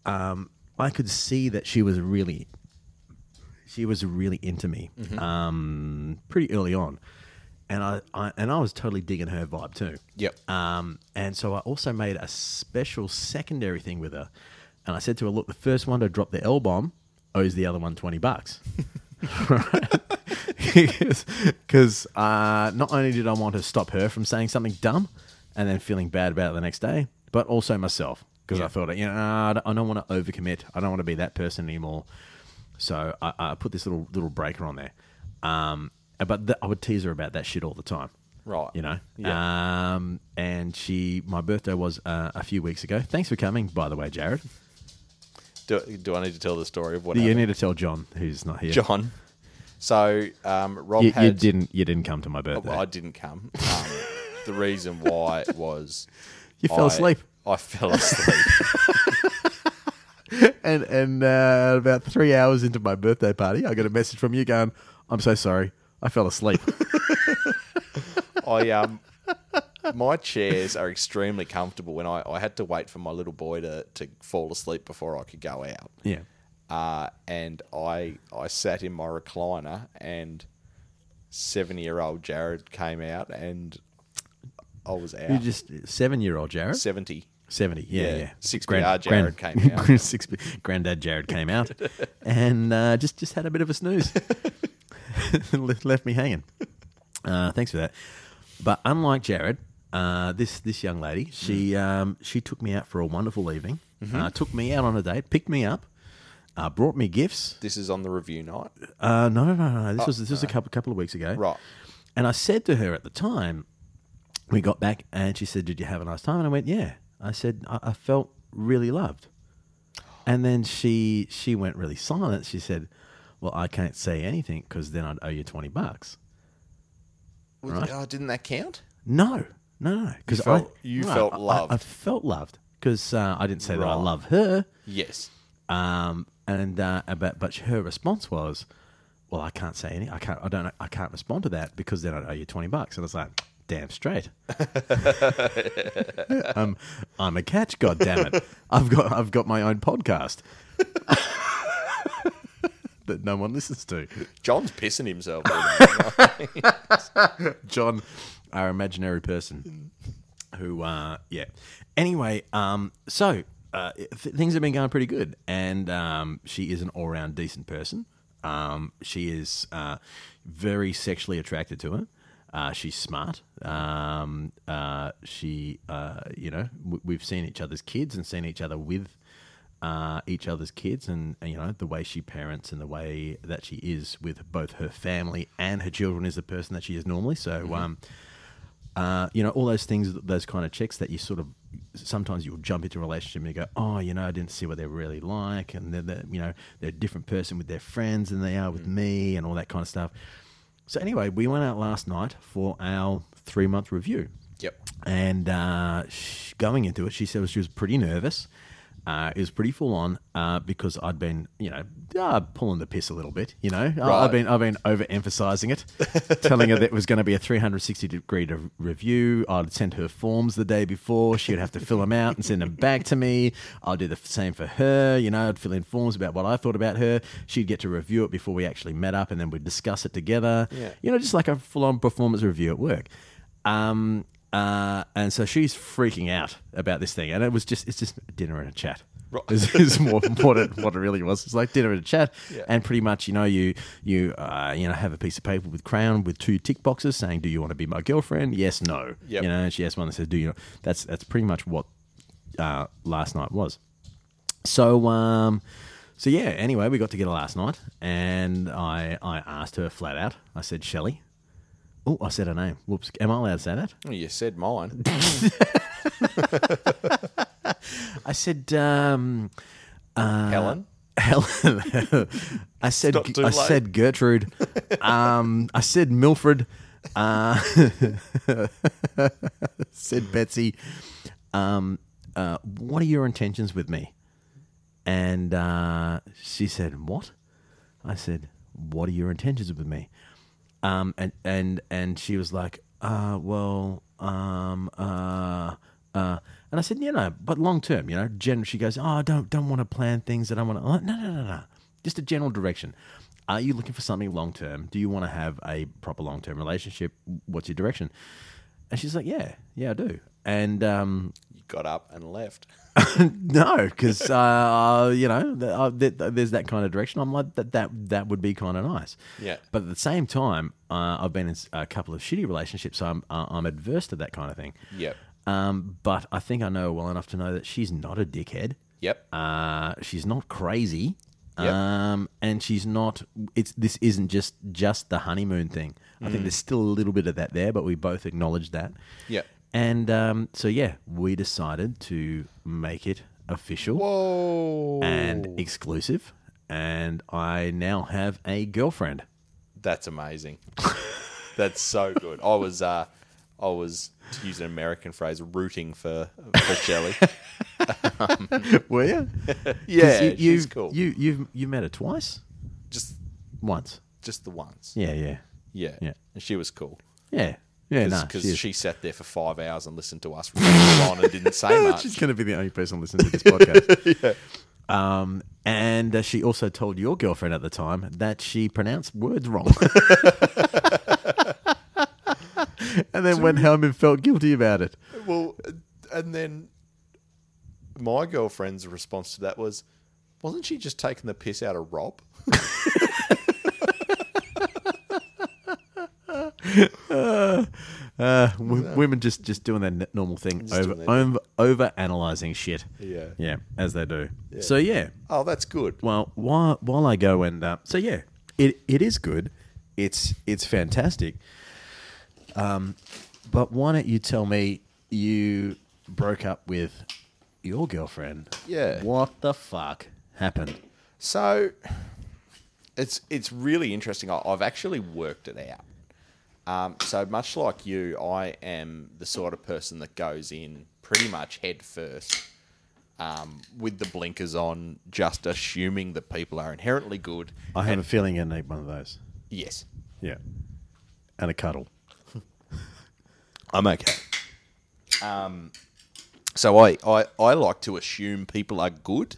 Speaker 2: um, I could see that she was really, she was really into me, um, pretty early on, and I, I and I was totally digging her vibe too.
Speaker 1: Yep.
Speaker 2: Um, and so I also made a special secondary thing with her, and I said to her, "Look, the first one to drop the L bomb owes the other one twenty bucks." [laughs] because uh, not only did I want to stop her from saying something dumb and then feeling bad about it the next day, but also myself because I thought, you know, "Ah, I don't- I don't want to overcommit. I don't want to be that person anymore. So I, I put this little little breaker on there. Um, but th- I would tease her about that shit all the time.
Speaker 1: Right.
Speaker 2: You know?
Speaker 1: Yeah.
Speaker 2: Um, and she, my birthday was uh, a few weeks ago. Thanks for coming, by the way, Jared.
Speaker 1: Do, do I need to tell the story of what
Speaker 2: You
Speaker 1: happened?
Speaker 2: need to tell John who's not here.
Speaker 1: John. So um, Rob
Speaker 2: you,
Speaker 1: had Oh,
Speaker 2: you didn't. You didn't come to my birthday.
Speaker 1: Well, I didn't come. Um, the reason
Speaker 2: [laughs]
Speaker 1: why was
Speaker 2: you fell
Speaker 1: I-
Speaker 2: asleep.
Speaker 1: I fell asleep.
Speaker 2: and and uh, about three hours into my birthday party, I got a message from you going, "I'm so sorry, I
Speaker 1: [laughs]
Speaker 2: fell asleep."
Speaker 1: I um, my chairs are extremely comfortable. When I, I had to wait for my little boy to to fall asleep before I could go out.
Speaker 2: yeah,
Speaker 1: uh, and I I sat in my recliner, and seven year old Jared came out, and I was
Speaker 2: you
Speaker 1: out
Speaker 2: just seven-year-old Jared,
Speaker 1: seventy.
Speaker 2: seventy. Yeah, yeah.
Speaker 1: Yeah, 6PR Jared
Speaker 2: [laughs]
Speaker 1: came out.
Speaker 2: six, granddad Jared came out, [laughs] and uh, just just had a bit of a snooze, [laughs] left, left me hanging. Uh, thanks for that. But unlike Jared, uh, this this young lady, she
Speaker 1: Mm.
Speaker 2: um, she took me out for a wonderful evening.
Speaker 1: Mm-hmm.
Speaker 2: Uh, took me out on a date, picked me up, uh, brought me gifts.
Speaker 1: This is on the review night,
Speaker 2: Uh, no, no, no, no. This was this was a couple couple of weeks ago.
Speaker 1: Oh, right?
Speaker 2: And I said to her at the time, we got back, and she said, "Did you have a nice time?" And I went, "Yeah." I said, "I, I felt really loved." And then she she went really silent. She said, "Well, I can't say anything because then I'd owe you twenty bucks."
Speaker 1: Was-
Speaker 2: Right.
Speaker 1: Oh, didn't that count?
Speaker 2: No, no, no, because I
Speaker 1: felt- you
Speaker 2: no,
Speaker 1: felt
Speaker 2: I- I-
Speaker 1: loved.
Speaker 2: I, felt loved because uh, I didn't say that I
Speaker 1: Right.
Speaker 2: love her.
Speaker 1: Yes.
Speaker 2: Um, and uh, but but her response was, "Well, I can't say any. I can't. I don't. know- I can't respond to that because then I owe you twenty bucks." And I was like, "Damn straight. I'm I'm a catch. God damn it. I've got I've got my own podcast [laughs] that no one listens to.
Speaker 1: John's pissing
Speaker 2: [coughs]
Speaker 1: himself.
Speaker 2: John, our imaginary person, who, uh, yeah. Anyway, um, so uh, th- things have been going pretty good, and um, she is an all-round decent person. Um, she is uh, very sexually attracted to her. Uh, she's smart. Um, uh, she, uh, you know, w- we've seen each other's kids and seen each other with uh, each other's kids and, and, you know the way she parents and the way that she is with both her family and her children is the person that she is normally so um, uh, you know all those things those kind of checks that you sort of sometimes you'll jump into a relationship and you go oh you know i didn't see what they're really like and they're, they're you know they're a different person with their friends than they are with me and all that kind of stuff so anyway we went out last night for our three month review
Speaker 1: yep.
Speaker 2: and uh, sh going into it, she said she was pretty nervous. Uh, it was pretty full on uh, because I'd been, you know, uh, pulling the piss a little bit. You know, I-
Speaker 1: Right.
Speaker 2: I've been, I've been overemphasizing it, [laughs] telling her that it was going to be a 360 degree de- review. I'd send her forms the day before; she'd have to fill them out and send them back to me. I'll do the f- same for her. You know, I'd fill in forms about what I thought about her. She'd get to review it before we actually met up, and then we'd discuss it together.
Speaker 1: Yeah.
Speaker 2: You know, just like a full on performance review at work. Um, uh, and so she's freaking out about this thing, and it was just it's just dinner and a chat.
Speaker 1: Right.
Speaker 2: Is, is more [laughs] what it what it really was. It's like dinner and a chat,
Speaker 1: Yeah.
Speaker 2: and pretty much you know you you uh, you know have a piece of paper with crayon with two tick boxes saying, "Do you want to be my girlfriend?" Yes, no.
Speaker 1: Yep.
Speaker 2: You know, and she has one that says, "Do you?" Not? That's that's pretty much what uh, last night was. So um, so yeah. Anyway, we got together last night, and I I asked her flat out. I said, "Shelley." Oh, I said her name. Whoops. Am I allowed to say that?
Speaker 1: Well, you said mine.
Speaker 2: I said, um, [laughs]
Speaker 1: Helen?
Speaker 2: Helen. I said,
Speaker 6: not too
Speaker 2: I
Speaker 6: late.
Speaker 2: said
Speaker 6: [laughs]
Speaker 2: Gertrude. um, I said Milfred. Uh, [laughs] said Betsy. Um, uh, what are your intentions with me? And uh, she said, "What?" I said, "What are your intentions with me?" Um, and and and she was like, uh, "Well, um, uh, uh," and I said, "You know, but long term, you know." General, she goes, "Oh, I don't don't want to plan things. I don't want to. No, no, no, no. Just a general direction. Are you looking for something long term? Do you want to have a proper long term relationship? What's your direction?" And she's like, "Yeah, yeah, I do." And um,
Speaker 1: You got up and left.
Speaker 2: [laughs] no, because uh, you know th- uh, th- th- there's that kind of direction. I'm like that that that would be kind of nice.
Speaker 1: Yeah.
Speaker 2: But at the same time, uh, I've been in s- a couple of shitty relationships, so I'm uh, I'm adverse to that kind of thing.
Speaker 1: Yep.
Speaker 2: Um, but I think I know her well enough to know that she's not a dickhead.
Speaker 1: Yep.
Speaker 2: Uh, she's not crazy.
Speaker 1: Yep.
Speaker 2: Um, and she's not. It's this isn't just just the honeymoon thing. I
Speaker 1: Mm.
Speaker 2: think there's still a little bit of that there, but we both acknowledge that.
Speaker 1: Yep.
Speaker 2: And um, so yeah, we decided to make it official oh.
Speaker 1: Whoa.
Speaker 2: and exclusive. And I now have
Speaker 1: [laughs]
Speaker 2: a girlfriend.
Speaker 1: That's amazing. That's so good. I was, uh, I was to use an American phrase, rooting for for
Speaker 2: [laughs]
Speaker 1: Shelley.
Speaker 2: Were [laughs] you?
Speaker 1: yeah,
Speaker 2: you,
Speaker 1: she's
Speaker 2: you've-
Speaker 1: cool.
Speaker 2: You you've you met her twice,
Speaker 1: just,
Speaker 2: once.
Speaker 1: just the once.
Speaker 2: Yeah, yeah,
Speaker 1: Yeah,
Speaker 2: Yeah.
Speaker 1: And she was cool
Speaker 2: yeah, yeah. No,
Speaker 1: because
Speaker 2: she is.
Speaker 1: she sat there for five hours and listened to us [laughs] ramble on and didn't [laughs] say much.
Speaker 2: [laughs] She's going to be the only person listening to
Speaker 1: [laughs]
Speaker 2: this podcast. Um, and uh, she also told your girlfriend at the time that she pronounced words
Speaker 1: [laughs]
Speaker 2: wrong. [laughs] and then went home and felt guilty about it.
Speaker 1: Well, and then my girlfriend's response to that was, wasn't she just taking the piss out of Rob?
Speaker 2: Uh, w- Women just, just doing their n- normal thing, over,
Speaker 1: doing
Speaker 2: over over analyzing shit.
Speaker 1: Yeah.
Speaker 2: yeah, as they do. So yeah,
Speaker 1: Oh, that's good.
Speaker 2: Well, while while I go and uh, so yeah, it it is good. It's it's fantastic. Um, but why don't you tell me you broke up with your girlfriend?
Speaker 1: Yeah.
Speaker 2: What the fuck happened?
Speaker 1: So it's it's really interesting. I, I've actually worked it out. Um, so much like you, I am the sort of person that goes in pretty much head first, um, with the blinkers on, just assuming that people are inherently good.
Speaker 2: I have a feeling you need one of those.
Speaker 1: Yes,
Speaker 2: Yeah. And a cuddle.
Speaker 1: I'm okay. Um, so I, I I like to assume people are good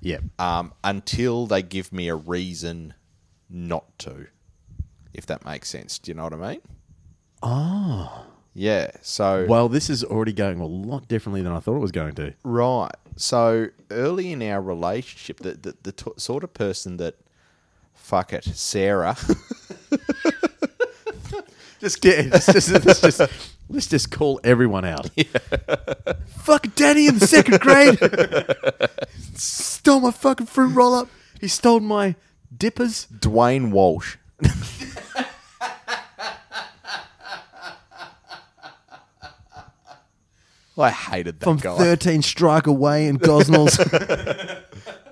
Speaker 2: Yeah.
Speaker 1: um, until they give me a reason not to, if that makes sense. Do you know what I mean? Oh. Yeah. So,
Speaker 2: Well, this is already going a lot differently than I thought it was going to.
Speaker 1: right. So, early in our relationship, the, the, the t- sort of person that, fuck it, Sarah. [laughs]
Speaker 2: Just get. [laughs] Let's just, let's just, let's just call everyone [laughs] out. Fuck Danny in the second grade. stole my fucking fruit roll up. He stole my dippers.
Speaker 1: Dwayne Walsh. [laughs] I hated that
Speaker 2: I'm
Speaker 1: guy.
Speaker 2: 13 strike away in [laughs] Gosnells.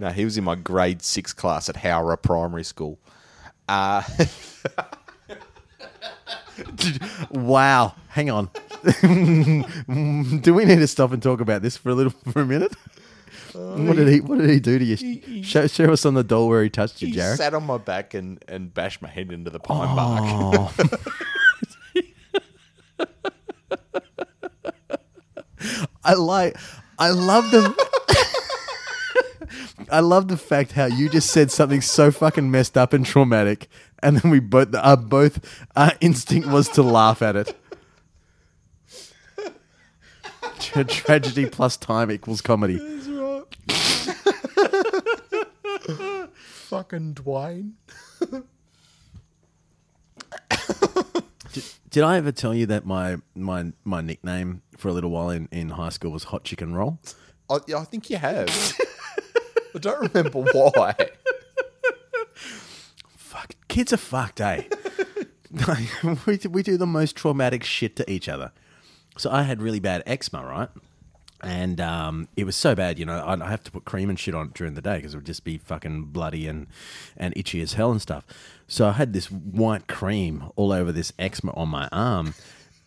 Speaker 1: No, he was in my grade six class at Howrah Primary School.
Speaker 2: wow. Hang on. [laughs] do we need to stop and talk about this for a little for a minute? What did he What did Uh, he do to you? Show, show us on the doll where he touched you,
Speaker 1: He
Speaker 2: Jared.
Speaker 1: sat on my back and, and bashed my head into the pine bark.
Speaker 2: [laughs] I like I love the I love the fact how you just said something so fucking messed up and traumatic and then we both our both our instinct was to laugh at it. Tra- tragedy plus time equals comedy.
Speaker 1: Fucking Dwayne.
Speaker 2: Did I ever tell you that my my my nickname for a little while in, in high school was hot chicken roll?
Speaker 1: I, I think you have. I don't remember why.
Speaker 2: Fuck, kids are fucked, eh? we, do- we do the most traumatic shit to each other. So I had really bad eczema, right? And um, it was so bad, you know, I'd I have to put cream and shit on it during the day because it would just be fucking bloody and, and itchy as hell and stuff. So I had this white cream all over this eczema on my arm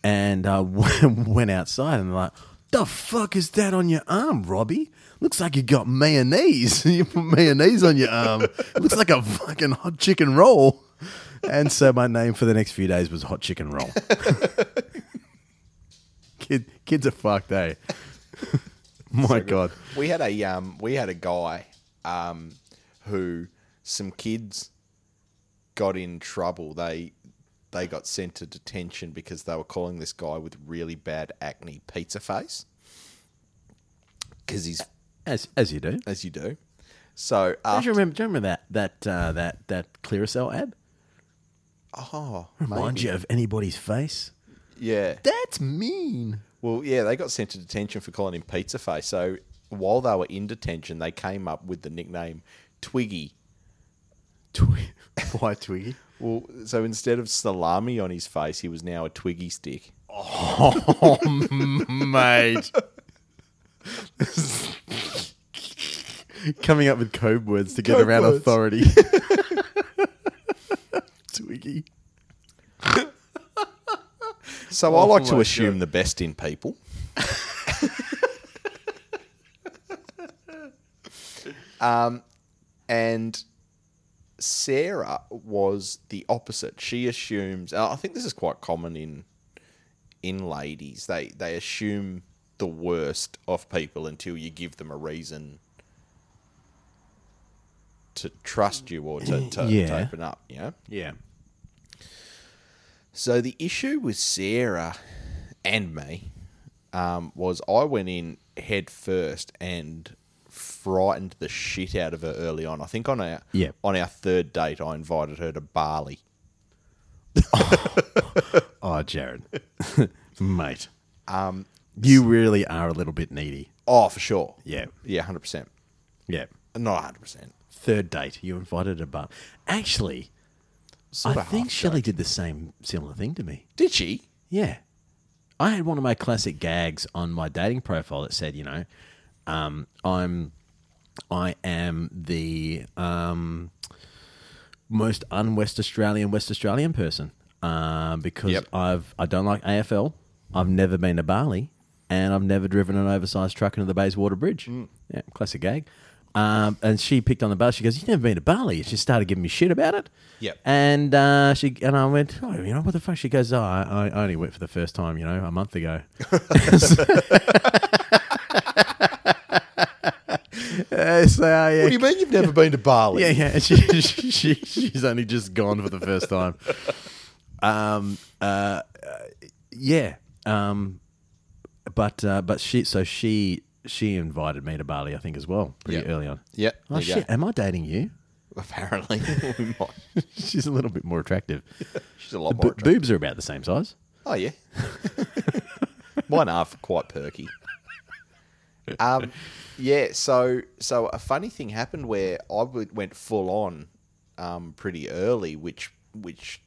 Speaker 2: and uh, [laughs] went outside and like, the fuck is that on your arm, Robbie? Looks like you got mayonnaise. [laughs] you put mayonnaise on your arm. It looks like a fucking hot chicken roll. And so my name for the next few days was Hot Chicken Roll. Kid, kids are fucked, eh? [laughs] My God.
Speaker 1: We had a um, we had a guy um, who some kids got in trouble. They they got sent to detention because they were calling this guy with really bad acne pizza face because he's
Speaker 2: As as you do.
Speaker 1: as you do. So uh,
Speaker 2: Don't
Speaker 1: after,
Speaker 2: you remember, do you remember that that uh, that that Clearasil ad?
Speaker 1: oh
Speaker 2: Remind you of anybody's face?
Speaker 1: yeah,
Speaker 2: That's mean.
Speaker 1: Well, yeah, they got sent to detention for calling him Pizza Face. So while they were in detention, they came up with the nickname Twiggy.
Speaker 2: Twi- [laughs] Why Twiggy?
Speaker 1: Well, so instead of salami on his face, he was now a Twiggy stick.
Speaker 2: Oh, Mate. Coming up with code words to get
Speaker 1: Code
Speaker 2: around
Speaker 1: words.
Speaker 2: authority. [laughs] Twiggy.
Speaker 1: [laughs] So I like to
Speaker 2: my
Speaker 1: assume the best in people. um, and Sarah was the opposite. She assumes, and I think this is quite common in in ladies. They they assume the worst of people until you give them a reason to trust you or to, to, to
Speaker 2: Yeah.
Speaker 1: open up. You know.
Speaker 2: Yeah.
Speaker 1: So the issue with Sarah and me um, was I went in head first and frightened the shit out of her early on. I think on our
Speaker 2: Yeah.
Speaker 1: on our third date, I invited her to Bali.
Speaker 2: Oh, Jared. [laughs] Mate. Um, you really are a little bit needy.
Speaker 1: Oh, for sure.
Speaker 2: Yeah.
Speaker 1: yeah, hundred percent.
Speaker 2: Yeah.
Speaker 1: Not hundred percent.
Speaker 2: Third date, you invited a bar. Actually, I think Shelley did the same similar thing to me.
Speaker 1: did she?
Speaker 2: Yeah. I had one of my classic gags on my dating profile that said, you know, um, I'm I am the um, most un-West Australian West Australian person um, because
Speaker 1: Yep.
Speaker 2: I've I don't like AFL. I've never been to Bali, and I've never driven an oversized truck into the Bayswater Bridge.
Speaker 1: Mm.
Speaker 2: Yeah, classic gag. Um, and she picked on the bus. She goes, "You've never been to Bali." She started giving me shit about it.
Speaker 1: Yep.
Speaker 2: And uh, she and I went, "Oh, you know what the fuck?" She goes, "Oh, I, I only went for the first time, you know, a month ago." Uh, so, uh, yeah,
Speaker 1: What do you mean you've never been to Bali?
Speaker 2: [laughs] yeah, yeah. She, she, she, she's only just gone for the first time. Um, uh, uh, yeah. Um, but uh, but she so she she invited me to Bali, I think, as well, pretty
Speaker 1: Yeah.
Speaker 2: early on.
Speaker 1: yeah.
Speaker 2: Oh
Speaker 1: there you go.
Speaker 2: shit! Am I dating you?
Speaker 1: [laughs]
Speaker 2: [laughs]
Speaker 1: Apparently, [laughs] we might.
Speaker 2: She's a little bit more attractive.
Speaker 1: she's a lot
Speaker 2: Bo-
Speaker 1: more. attractive.
Speaker 2: boobs are about the same size.
Speaker 1: Oh yeah, [laughs] mine are quite perky. Um, yeah. So so a funny thing happened where I would, went full on, um, pretty early, which which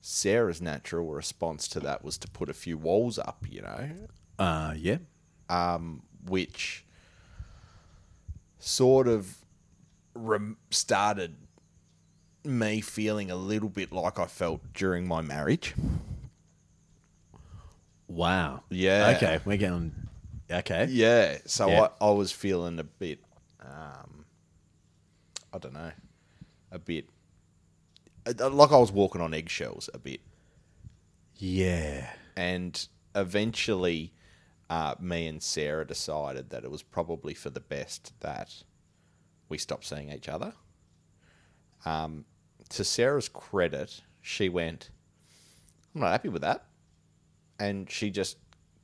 Speaker 1: Sarah's natural response to that was to put a few walls up, you know,
Speaker 2: Uh, yeah.
Speaker 1: which sort of rem- started me feeling a little bit like I felt during my marriage.
Speaker 2: Wow.
Speaker 1: Yeah.
Speaker 2: Okay, we're going. Okay.
Speaker 1: Yeah, so
Speaker 2: Yeah.
Speaker 1: I, I was feeling a bit, um, I don't know, a bit uh, like I was walking on eggshells a bit,
Speaker 2: Yeah.
Speaker 1: and eventually, uh, me and Sarah decided that it was probably for the best that we stopped seeing each other. Um, to Sarah's credit, she went, "I'm not happy with that," and she just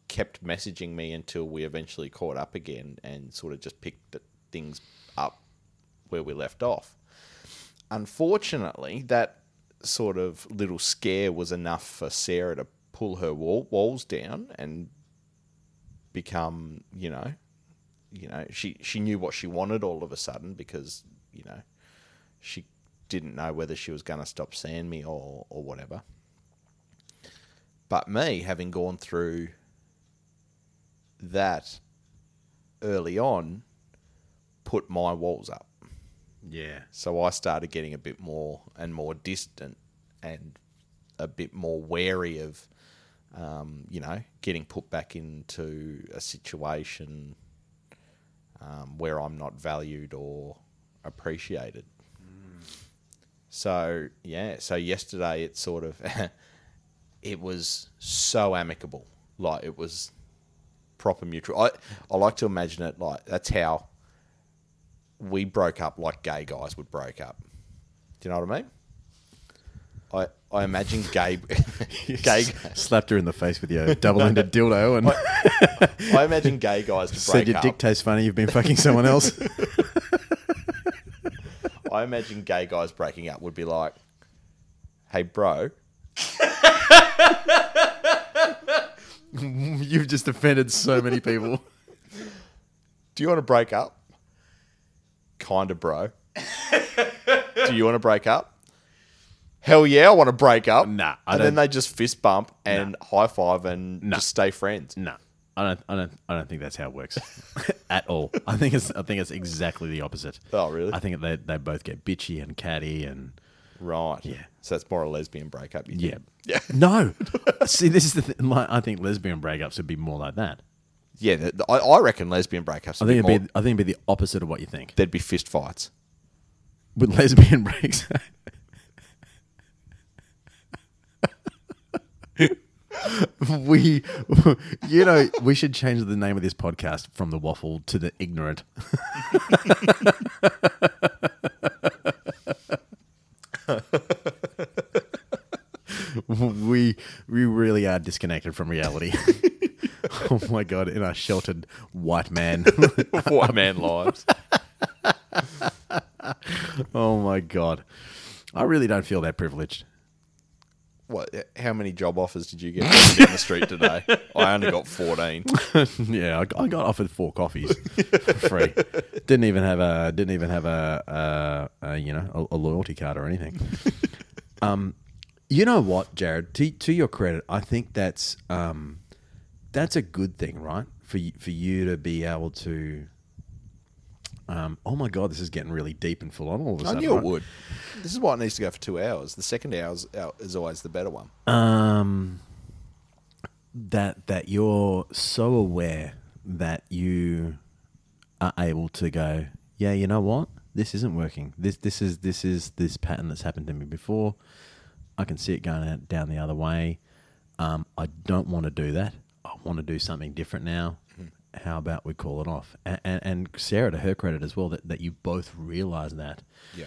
Speaker 1: kept messaging me until we eventually caught up again and sort of just picked th- things up where we left off. Unfortunately, that sort of little scare was enough for Sarah to pull her wall- walls down and become, you know, you know, she she knew what she wanted all of a sudden because, you know, she didn't know whether she was going to stop seeing me or or whatever. But me having gone through that early on put my walls up.
Speaker 2: Yeah.
Speaker 1: So I started getting a bit more and more distant and a bit more wary of, um, you know, getting put back into a situation um, where I'm not valued or appreciated. So, yeah. So yesterday it sort of, [laughs] it was so amicable. Like it was proper mutual. I, I like to imagine it like that's how we broke up like gay guys would break up. Do you know what I mean? I I imagine gay [laughs] gay
Speaker 2: Slapped her in the face with your
Speaker 1: [laughs]
Speaker 2: double-ended dildo and
Speaker 1: I imagine gay guys
Speaker 2: [laughs]
Speaker 1: to break
Speaker 2: said your
Speaker 1: up.
Speaker 2: dick tastes funny. You've been fucking
Speaker 1: [laughs]
Speaker 2: someone else.
Speaker 1: I imagine gay guys breaking up would be like, "Hey, bro,
Speaker 2: [laughs] You've just offended so many people. [laughs]
Speaker 1: do you want to break up?" Kinda, bro. do you want to break up? Hell yeah, I want to break up.
Speaker 2: Nah, I
Speaker 1: and then
Speaker 2: don't-
Speaker 1: they just fist bump and high five and just stay friends.
Speaker 2: No, I don't. I don't. I don't think that's how it works [laughs] at all. I think it's. I think it's exactly the opposite.
Speaker 1: Oh, really?
Speaker 2: I think they they both get bitchy and catty and
Speaker 1: Right.
Speaker 2: Yeah.
Speaker 1: So it's more a lesbian breakup. You
Speaker 2: yeah.
Speaker 1: Think? Yeah.
Speaker 2: No. [laughs] See, this is the thing. Like, I think lesbian breakups would be more like that.
Speaker 1: Yeah, the, the- I, I reckon lesbian breakups.
Speaker 2: I
Speaker 1: Would be
Speaker 2: think
Speaker 1: more,
Speaker 2: it'd be. I think it'd be the opposite of what you think
Speaker 1: there'd be fist
Speaker 2: [laughs]
Speaker 1: fights.
Speaker 2: with lesbian breaks. we, you know, we should change the name of this podcast from the waffle to the ignorant. we we really are disconnected from reality. oh my god! In our sheltered white man.
Speaker 1: White man lives.
Speaker 2: oh my god! I really don't feel that privileged.
Speaker 1: What? How many job offers did you get in the street [laughs] today? I only got fourteen.
Speaker 2: [laughs] yeah, I got, I got offered four coffees for
Speaker 1: [laughs]
Speaker 2: free. Didn't even have a didn't even have a, a, a you know a, a loyalty card
Speaker 1: [laughs]
Speaker 2: or anything. um, you know what, Jared? To, to your credit, I think that's um, that's a good thing, right? For you, for you to be able to. Um, oh my god, this is getting really deep and full on all of a
Speaker 1: I
Speaker 2: sudden.
Speaker 1: knew it
Speaker 2: right?
Speaker 1: would. This is why it needs to go for two hours. The second hour is, out- is always the better one.
Speaker 2: um, that that you're so aware that you are able to go, yeah, you know what, this isn't working. This this is this is this pattern that's happened to me before. I can see it going out, down the other way. Um, I don't want to do that. I want to do something different now. How about we call it off? And, and, and Sarah, to her credit as well, that, that you both realised that
Speaker 1: Yeah.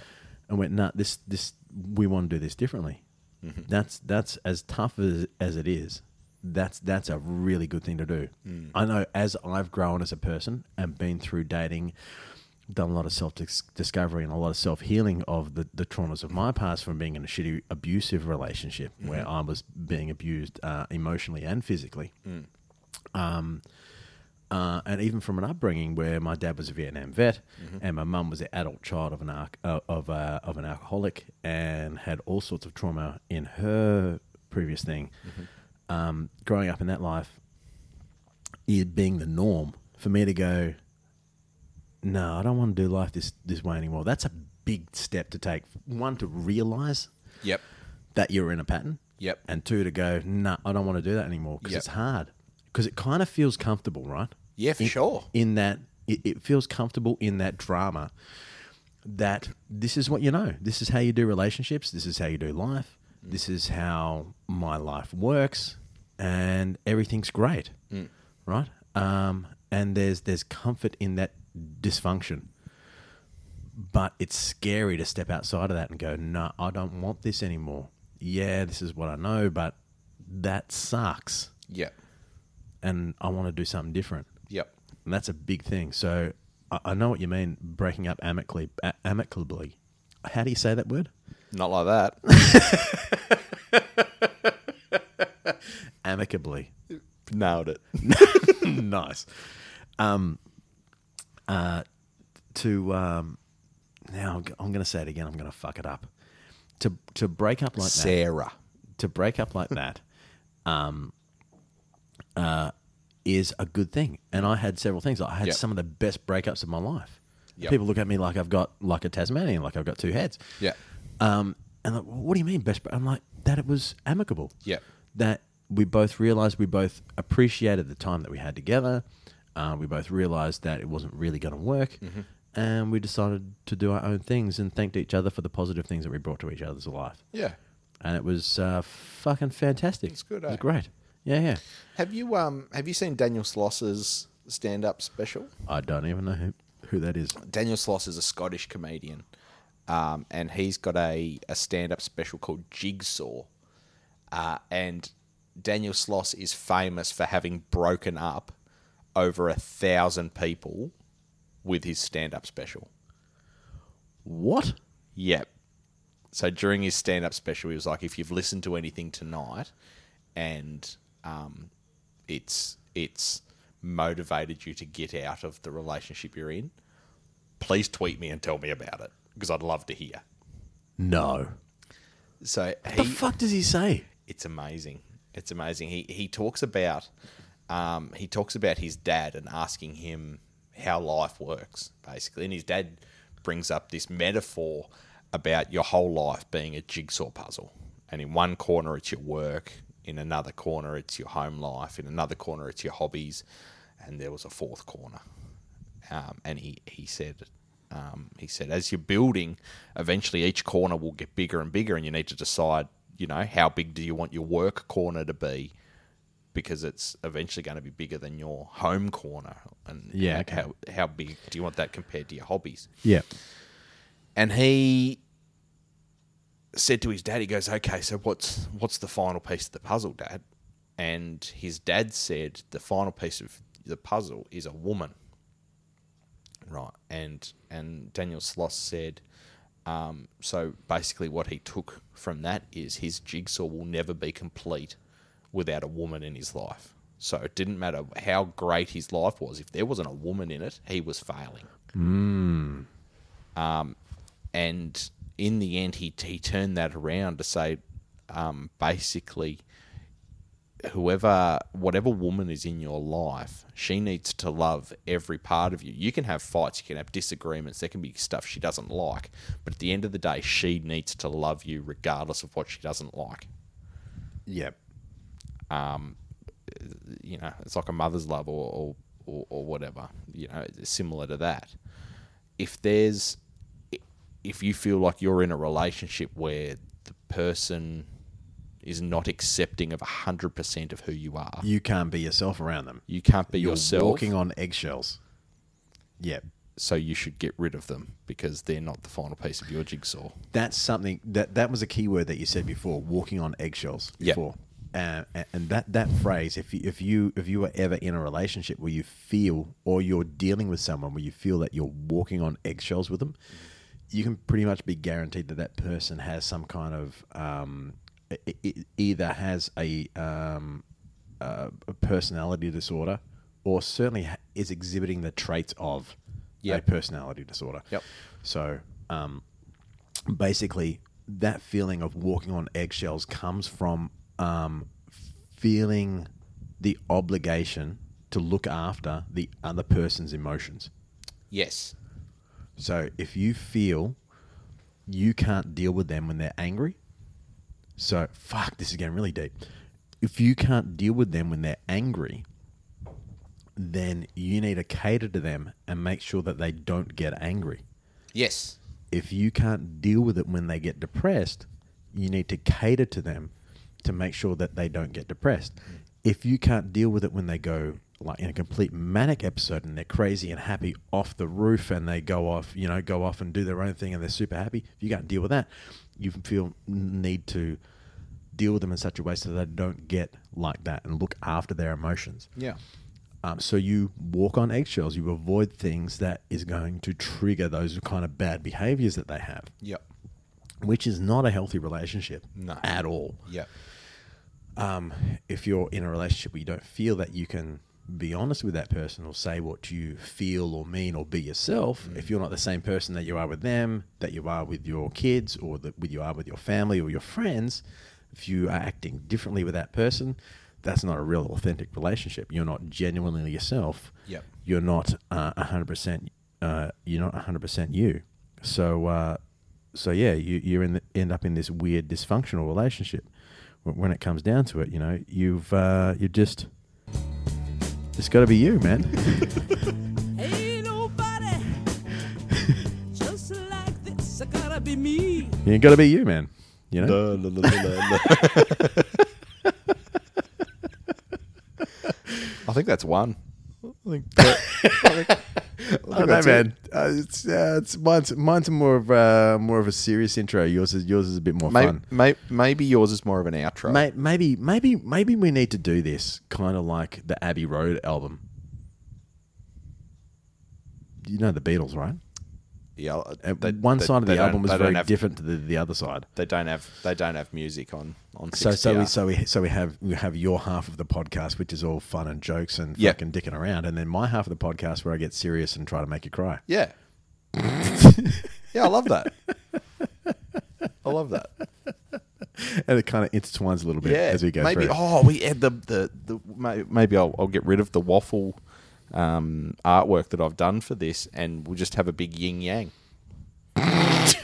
Speaker 2: and went, "No, this this we want to do this differently." That's that's as tough as as it is. That's that's a really good thing to do. I know as I've grown as a person and been through dating, done a lot of self dis- discovery and a lot of self healing of the, the traumas of my past from being in a shitty abusive relationship where I was being abused uh, emotionally and physically. Um, uh, and even from an upbringing where my dad was a Vietnam vet
Speaker 1: Mm-hmm.
Speaker 2: and my mum was an adult child of an arc, uh, of uh, of an alcoholic and had all sorts of trauma in her previous thing.
Speaker 1: Mm-hmm.
Speaker 2: Um, growing up in that life, it being the norm for me to go, no, I don't want to do life this this way anymore. That's a big step to take. One to realize
Speaker 1: Yep.
Speaker 2: that you're in a pattern.
Speaker 1: Yep.
Speaker 2: And two to go, nah, I don't want to do that anymore because
Speaker 1: Yep.
Speaker 2: it's hard. Because it kind of feels comfortable, right?
Speaker 1: Yeah, for
Speaker 2: In-
Speaker 1: sure.
Speaker 2: In that it, it feels comfortable in that drama that this is what you know. This is how you do relationships. This is how you do life. This is how my life works, and everything's great, right? Um, and there's there's comfort in that dysfunction but it's scary to step outside of that and go, no, I don't want this anymore. Yeah, this is what I know, but that sucks.
Speaker 1: Yep.
Speaker 2: And I want to do something different.
Speaker 1: Yep.
Speaker 2: And that's a big thing. So I, I know what you mean, breaking up amicably, a- amicably. How do you say that word?
Speaker 1: Not like [laughs] that.
Speaker 2: Amicably.
Speaker 1: Nailed it.
Speaker 2: [laughs] nice. Um, uh, to, um, now I'm g- I'm going to say it again. I'm going to fuck it up. To, to break up like that.
Speaker 1: Sarah.
Speaker 2: [laughs] to break up like that, um, uh, is a good thing. And I had several things. I had
Speaker 1: Yep.
Speaker 2: some of the best breakups of my life.
Speaker 1: Yep.
Speaker 2: People look at me like I've got like a Tasmanian, like I've got two heads.
Speaker 1: Yeah.
Speaker 2: Um, and like, what do you mean best? Bro-? I'm like that. It was amicable.
Speaker 1: Yeah.
Speaker 2: That we both realized we both appreciated the time that we had together. Uh, we both realized that it wasn't really going to work,
Speaker 1: Mm-hmm.
Speaker 2: and we decided to do our own things and thanked each other for the positive things that we brought to each other's life.
Speaker 1: Yeah.
Speaker 2: And it was uh, fucking fantastic.
Speaker 1: It's good,
Speaker 2: It was
Speaker 1: eh?
Speaker 2: great. Yeah, yeah.
Speaker 1: Have you um have you seen Daniel Sloss's stand up special?
Speaker 2: I don't even know who, who that is.
Speaker 1: Daniel Sloss is a Scottish comedian, um, and he's got a, a stand up special called Jigsaw. Uh, and Daniel Sloss is famous for having broken up over a thousand people with his stand up special.
Speaker 2: What?
Speaker 1: Yep. So during his stand up special, he was like, if you've listened to anything tonight and um, it's it's motivated you to get out of the relationship you're in, please tweet me and tell me about it because I'd love to hear.
Speaker 2: No.
Speaker 1: So he,
Speaker 2: The fuck does he say?
Speaker 1: it's amazing. It's amazing. He he talks about um, he talks about his dad and asking him how life works basically, and his dad brings up this metaphor about your whole life being a jigsaw puzzle, and in one corner it's your work, in another corner it's your home life, in another corner it's your hobbies, and there was a fourth corner um, and he he said um, he said as you're building, eventually each corner will get bigger and bigger, and you need to decide you know how big do you want your work corner to be because it's eventually going to be bigger than your home corner and
Speaker 2: Yeah,
Speaker 1: like
Speaker 2: okay.
Speaker 1: how, how big do you want that compared to your hobbies
Speaker 2: Yeah.
Speaker 1: and he said to his dad, he goes, "Okay, so what's what's the final piece of the puzzle, Dad?" And his dad said, "The final piece of the puzzle is a woman." Right, and and Daniel Sloss said, um, "So basically, what he took from that is his jigsaw will never be complete without a woman in his life." So it didn't matter how great his life was; if there wasn't a woman in it, he was failing and in the end, he he turned that around to say, um, basically, whoever, whatever woman is in your life, she needs to love every part of you. You can have fights, you can have disagreements, there can be stuff she doesn't like, but at the end of the day, she needs to love you regardless of what she doesn't like.
Speaker 2: Yeah.
Speaker 1: you know, it's like a mother's love or or, or, or whatever, you know, it's similar to that. If there's, if you feel like you're in a relationship where the person is not accepting of 100% of who you are,
Speaker 2: You can't be yourself around them.
Speaker 1: you can't be
Speaker 2: You're
Speaker 1: yourself,
Speaker 2: walking on eggshells. Yeah.
Speaker 1: so you should get rid of them because they're not the final piece of your jigsaw.
Speaker 2: That's something that that was a key word that you said before, walking on eggshells
Speaker 1: Yep.
Speaker 2: before. Uh, and- and that, that phrase, if you, if you if you were ever in a relationship where you feel or you're dealing with someone where you feel that you're walking on eggshells with them, you can pretty much be guaranteed that that person has some kind of um, e- e- either has a um, uh, a personality disorder or certainly ha- is exhibiting the traits of
Speaker 1: Yep.
Speaker 2: a personality disorder.
Speaker 1: Yep.
Speaker 2: So um, basically that feeling of walking on eggshells comes from um, feeling the obligation to look after the other person's emotions.
Speaker 1: Yes.
Speaker 2: So if you feel you can't deal with them when they're angry, so fuck, this is getting really deep. If you can't deal with them when they're angry, then you need to cater to them and make sure that they don't get angry
Speaker 1: Yes.
Speaker 2: if you can't deal with it when they get depressed, you need to cater to them to make sure that they don't get depressed. If you can't deal with it when they go like in a complete manic episode and they're crazy and happy off the roof and they go off, you know, go off and do their own thing and they're super happy, if you can't deal with that, you feel need to deal with them in such a way so they don't get like that and look after their emotions.
Speaker 1: Yeah.
Speaker 2: Um, so you walk on eggshells. You avoid things that is going to trigger those kind of bad behaviors that they have,
Speaker 1: Yep.
Speaker 2: which is not a healthy relationship
Speaker 1: No.
Speaker 2: at all.
Speaker 1: Yep.
Speaker 2: If you're in a relationship where you don't feel that you can be honest with that person or say what you feel or mean or be yourself, if you're not the same person that you are with them, that you are with your kids or that with you are with your family or your friends, if you are acting differently with that person, that's not a real authentic relationship. You're not genuinely yourself.
Speaker 1: Yep.
Speaker 2: You're not uh, a hundred percent. uh, You're not a hundred percent you. So, uh, so yeah, you you in the, end up in this weird dysfunctional relationship. Wh- When it comes down to it, you know, you've uh, you just it's got to be you, man. [laughs]
Speaker 4: [laughs]
Speaker 3: Ain't nobody just like this. I gotta be me.
Speaker 2: you got to be you, man. You know.
Speaker 1: I think that's one.
Speaker 2: [laughs] I don't know, man. Uh, it's uh, it's mine's mine's more of uh, more of a serious intro. Yours is yours is a bit more
Speaker 1: Maybe,
Speaker 2: fun.
Speaker 1: maybe yours is more of an outro.
Speaker 2: May- Maybe maybe maybe we need to do this kind of like the Abbey Road album. You know the Beatles, right?
Speaker 1: yeah,
Speaker 2: Uh,
Speaker 1: they-
Speaker 2: One
Speaker 1: they-
Speaker 2: side of
Speaker 1: they
Speaker 2: the
Speaker 1: don't-
Speaker 2: album was
Speaker 1: they don't
Speaker 2: very
Speaker 1: have-
Speaker 2: different to the, the other side.
Speaker 1: They don't have they don't have music on on.
Speaker 2: So so
Speaker 1: 6PR.
Speaker 2: we, so we so we have we have your half of the podcast, which is all fun and jokes and
Speaker 1: Yep.
Speaker 2: fucking dicking around, and then my half of the podcast where I get serious and try to make you cry. [laughs]
Speaker 1: yeah, yeah, I love that. I love that.
Speaker 2: And it kind of intertwines a little bit
Speaker 1: Yeah,
Speaker 2: as we go
Speaker 1: maybe,
Speaker 2: through.
Speaker 1: Oh, we add the the, the may- maybe I'll, I'll get rid of the waffle um, artwork that I've done for this, and we'll just have a big yin yang.
Speaker 2: And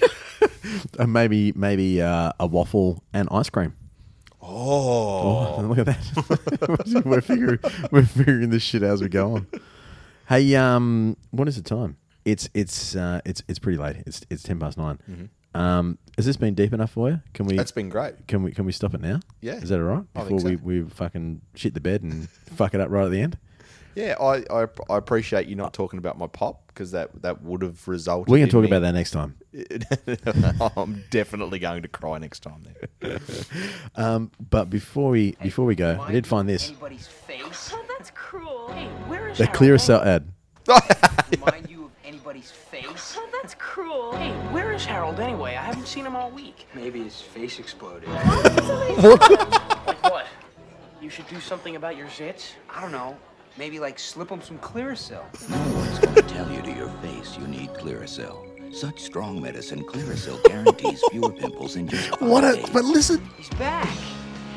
Speaker 2: uh, maybe maybe uh, a waffle and ice cream. Oh, [laughs] look at that! [laughs] we're figuring we're figuring this shit out as we go on. Hey, um, what is the time? It's it's uh, it's it's pretty late. It's it's ten past 9 Um, has this been deep enough for you? Can we?
Speaker 1: That's been great.
Speaker 2: Can we can we stop it now?
Speaker 1: Yeah.
Speaker 2: is that all right?
Speaker 1: I
Speaker 2: Before
Speaker 1: think so.
Speaker 2: we we fucking shit the bed and [laughs] fuck it up right at the end.
Speaker 1: Yeah, I, I, I appreciate you not talking about my pop because that, that would have resulted.
Speaker 2: We can
Speaker 1: in
Speaker 2: talk
Speaker 1: me-
Speaker 2: about that next time.
Speaker 1: [laughs] I'm definitely going to cry next time. Then.
Speaker 2: But before we before we go, I did find this
Speaker 6: anybody's face.
Speaker 7: Oh, that's cruel. Hey,
Speaker 6: Where is
Speaker 2: a clear cell ad.
Speaker 6: Remind you of anybody's face?
Speaker 7: oh, that's cruel.
Speaker 6: Hey,
Speaker 7: Hey,
Speaker 6: where is Harold anyway? I haven't seen him all week.
Speaker 5: Maybe his face exploded.
Speaker 7: Oh,
Speaker 6: [laughs]
Speaker 2: [laughs]
Speaker 6: Like what? You should do something about your zits?
Speaker 5: I don't know.
Speaker 6: Maybe like slip him some Clearasil.
Speaker 8: It's going to tell you to your face you need Clearasil. Such strong medicine, Clearasil
Speaker 2: [laughs]
Speaker 8: guarantees fewer pimples in just five
Speaker 2: What a
Speaker 8: days.
Speaker 2: but listen.
Speaker 6: He's back.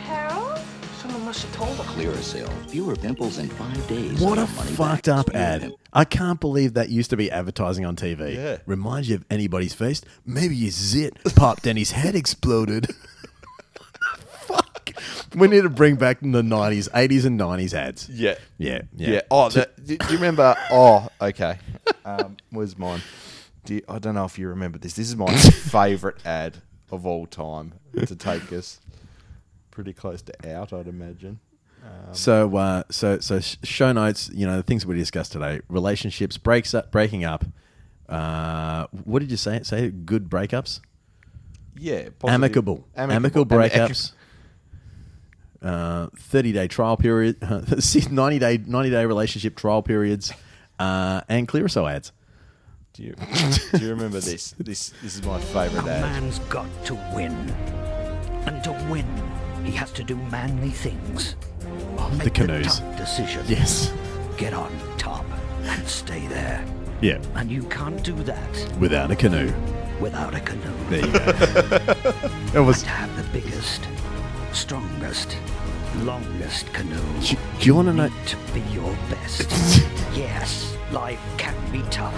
Speaker 7: Harold?
Speaker 6: Someone must have told him.
Speaker 8: Clearasil, fewer pimples in five days.
Speaker 2: What a
Speaker 8: and your money back.
Speaker 2: fucked up
Speaker 8: Fewer
Speaker 2: ad.
Speaker 8: pimp-
Speaker 2: I can't believe that used to be advertising on TV.
Speaker 1: Yeah.
Speaker 2: Reminds you of anybody's face? Maybe his zit [laughs] popped and his head exploded. [laughs] Fuck. We need to bring back the 90s, 80s and 90s ads.
Speaker 1: Yeah.
Speaker 2: Yeah.
Speaker 1: Yeah. Oh, that, do do you remember? Oh, okay. Um, where's mine? Do you, I don't know if you remember this. This is [laughs] my favourite ad of all time to take us pretty close to out, I'd imagine.
Speaker 2: So, uh, so, so sh- show notes. You know the things we discussed today: relationships, breaks up, breaking up. Uh, what did you say? Say good breakups,
Speaker 1: Yeah. positive-
Speaker 2: amicable, amicable, breakups. Uh, Thirty day trial period, [laughs] ninety day ninety day relationship trial periods, uh, and Clearasil ads.
Speaker 1: Do you, do you remember this? This this is my favourite
Speaker 9: A
Speaker 1: ad.
Speaker 9: man's got to win. And to win, he has to do manly things.
Speaker 2: The canoes.
Speaker 9: Tough decisions.
Speaker 2: Yes.
Speaker 9: Get on top and stay there.
Speaker 2: Yeah.
Speaker 9: And you can't do that
Speaker 2: Without a canoe.
Speaker 9: without a canoe.
Speaker 2: There you [laughs] go. it was.
Speaker 9: To have the biggest, strongest, longest canoe.
Speaker 2: Do do you want to know?
Speaker 9: to be your best.
Speaker 2: [laughs]
Speaker 9: yes, life can be tough.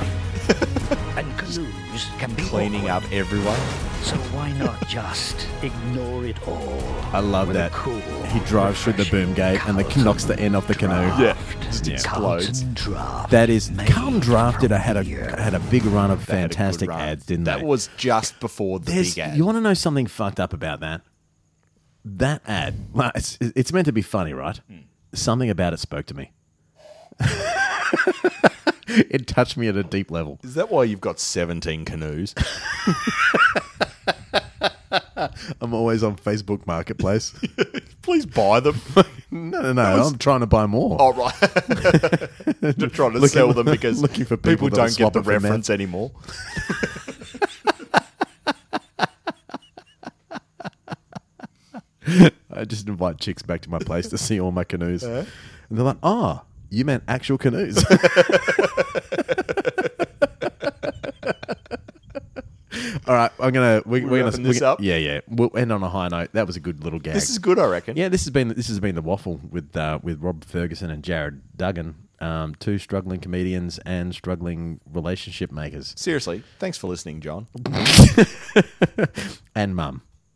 Speaker 9: and canoes can be
Speaker 1: Cleaning up
Speaker 9: awkward.
Speaker 1: everyone.
Speaker 9: So why not just ignore it all?
Speaker 2: I love
Speaker 9: with a
Speaker 2: that.
Speaker 9: cool,
Speaker 2: He drives through the boom gate and the
Speaker 9: refreshing
Speaker 2: knocks the end off the canoe.
Speaker 9: draft.
Speaker 1: just
Speaker 2: Yeah.
Speaker 1: explodes.
Speaker 9: Carlton Draft
Speaker 2: That is
Speaker 9: made
Speaker 2: Carlton Drafted. I had a
Speaker 9: from beer.
Speaker 2: had a big run of
Speaker 1: They had a good
Speaker 2: fantastic
Speaker 1: run.
Speaker 2: ads, didn't
Speaker 1: That
Speaker 2: they?
Speaker 1: was just before the
Speaker 2: There's-
Speaker 1: big ad.
Speaker 2: You want to know something fucked up about that? That ad. well, It's, it's meant to be funny, right?
Speaker 1: Hmm.
Speaker 2: Something about it spoke to me. [laughs] it touched me at a deep level.
Speaker 1: is that why you've got 17 canoes? [laughs]
Speaker 2: I'm always on Facebook Marketplace.
Speaker 1: Please buy them.
Speaker 2: [laughs] no, no, no. I'm trying to buy more.
Speaker 1: All Oh, right. [laughs] Just trying to
Speaker 2: Looking-
Speaker 1: sell them because
Speaker 2: looking for
Speaker 1: people,
Speaker 2: people that'll
Speaker 1: don't
Speaker 2: swap
Speaker 1: get the
Speaker 2: it for men.
Speaker 1: reference anymore.
Speaker 2: I just invite chicks back to my place to see all my canoes. And they're like, ah, you meant actual
Speaker 10: [laughs]
Speaker 2: canoes. All right, I'm gonna we, we're,
Speaker 10: We
Speaker 2: gonna
Speaker 10: wrapping
Speaker 2: we're
Speaker 10: this
Speaker 2: gonna-
Speaker 10: up?
Speaker 2: Yeah, yeah. We'll end on a high note. That was a good little gag.
Speaker 10: This is good, I reckon.
Speaker 2: yeah, this has been this has been the waffle with uh, with Rob Ferguson and Jared Duggan, um, two struggling comedians and struggling relationship makers
Speaker 10: Seriously, thanks for listening, John.
Speaker 2: and mum.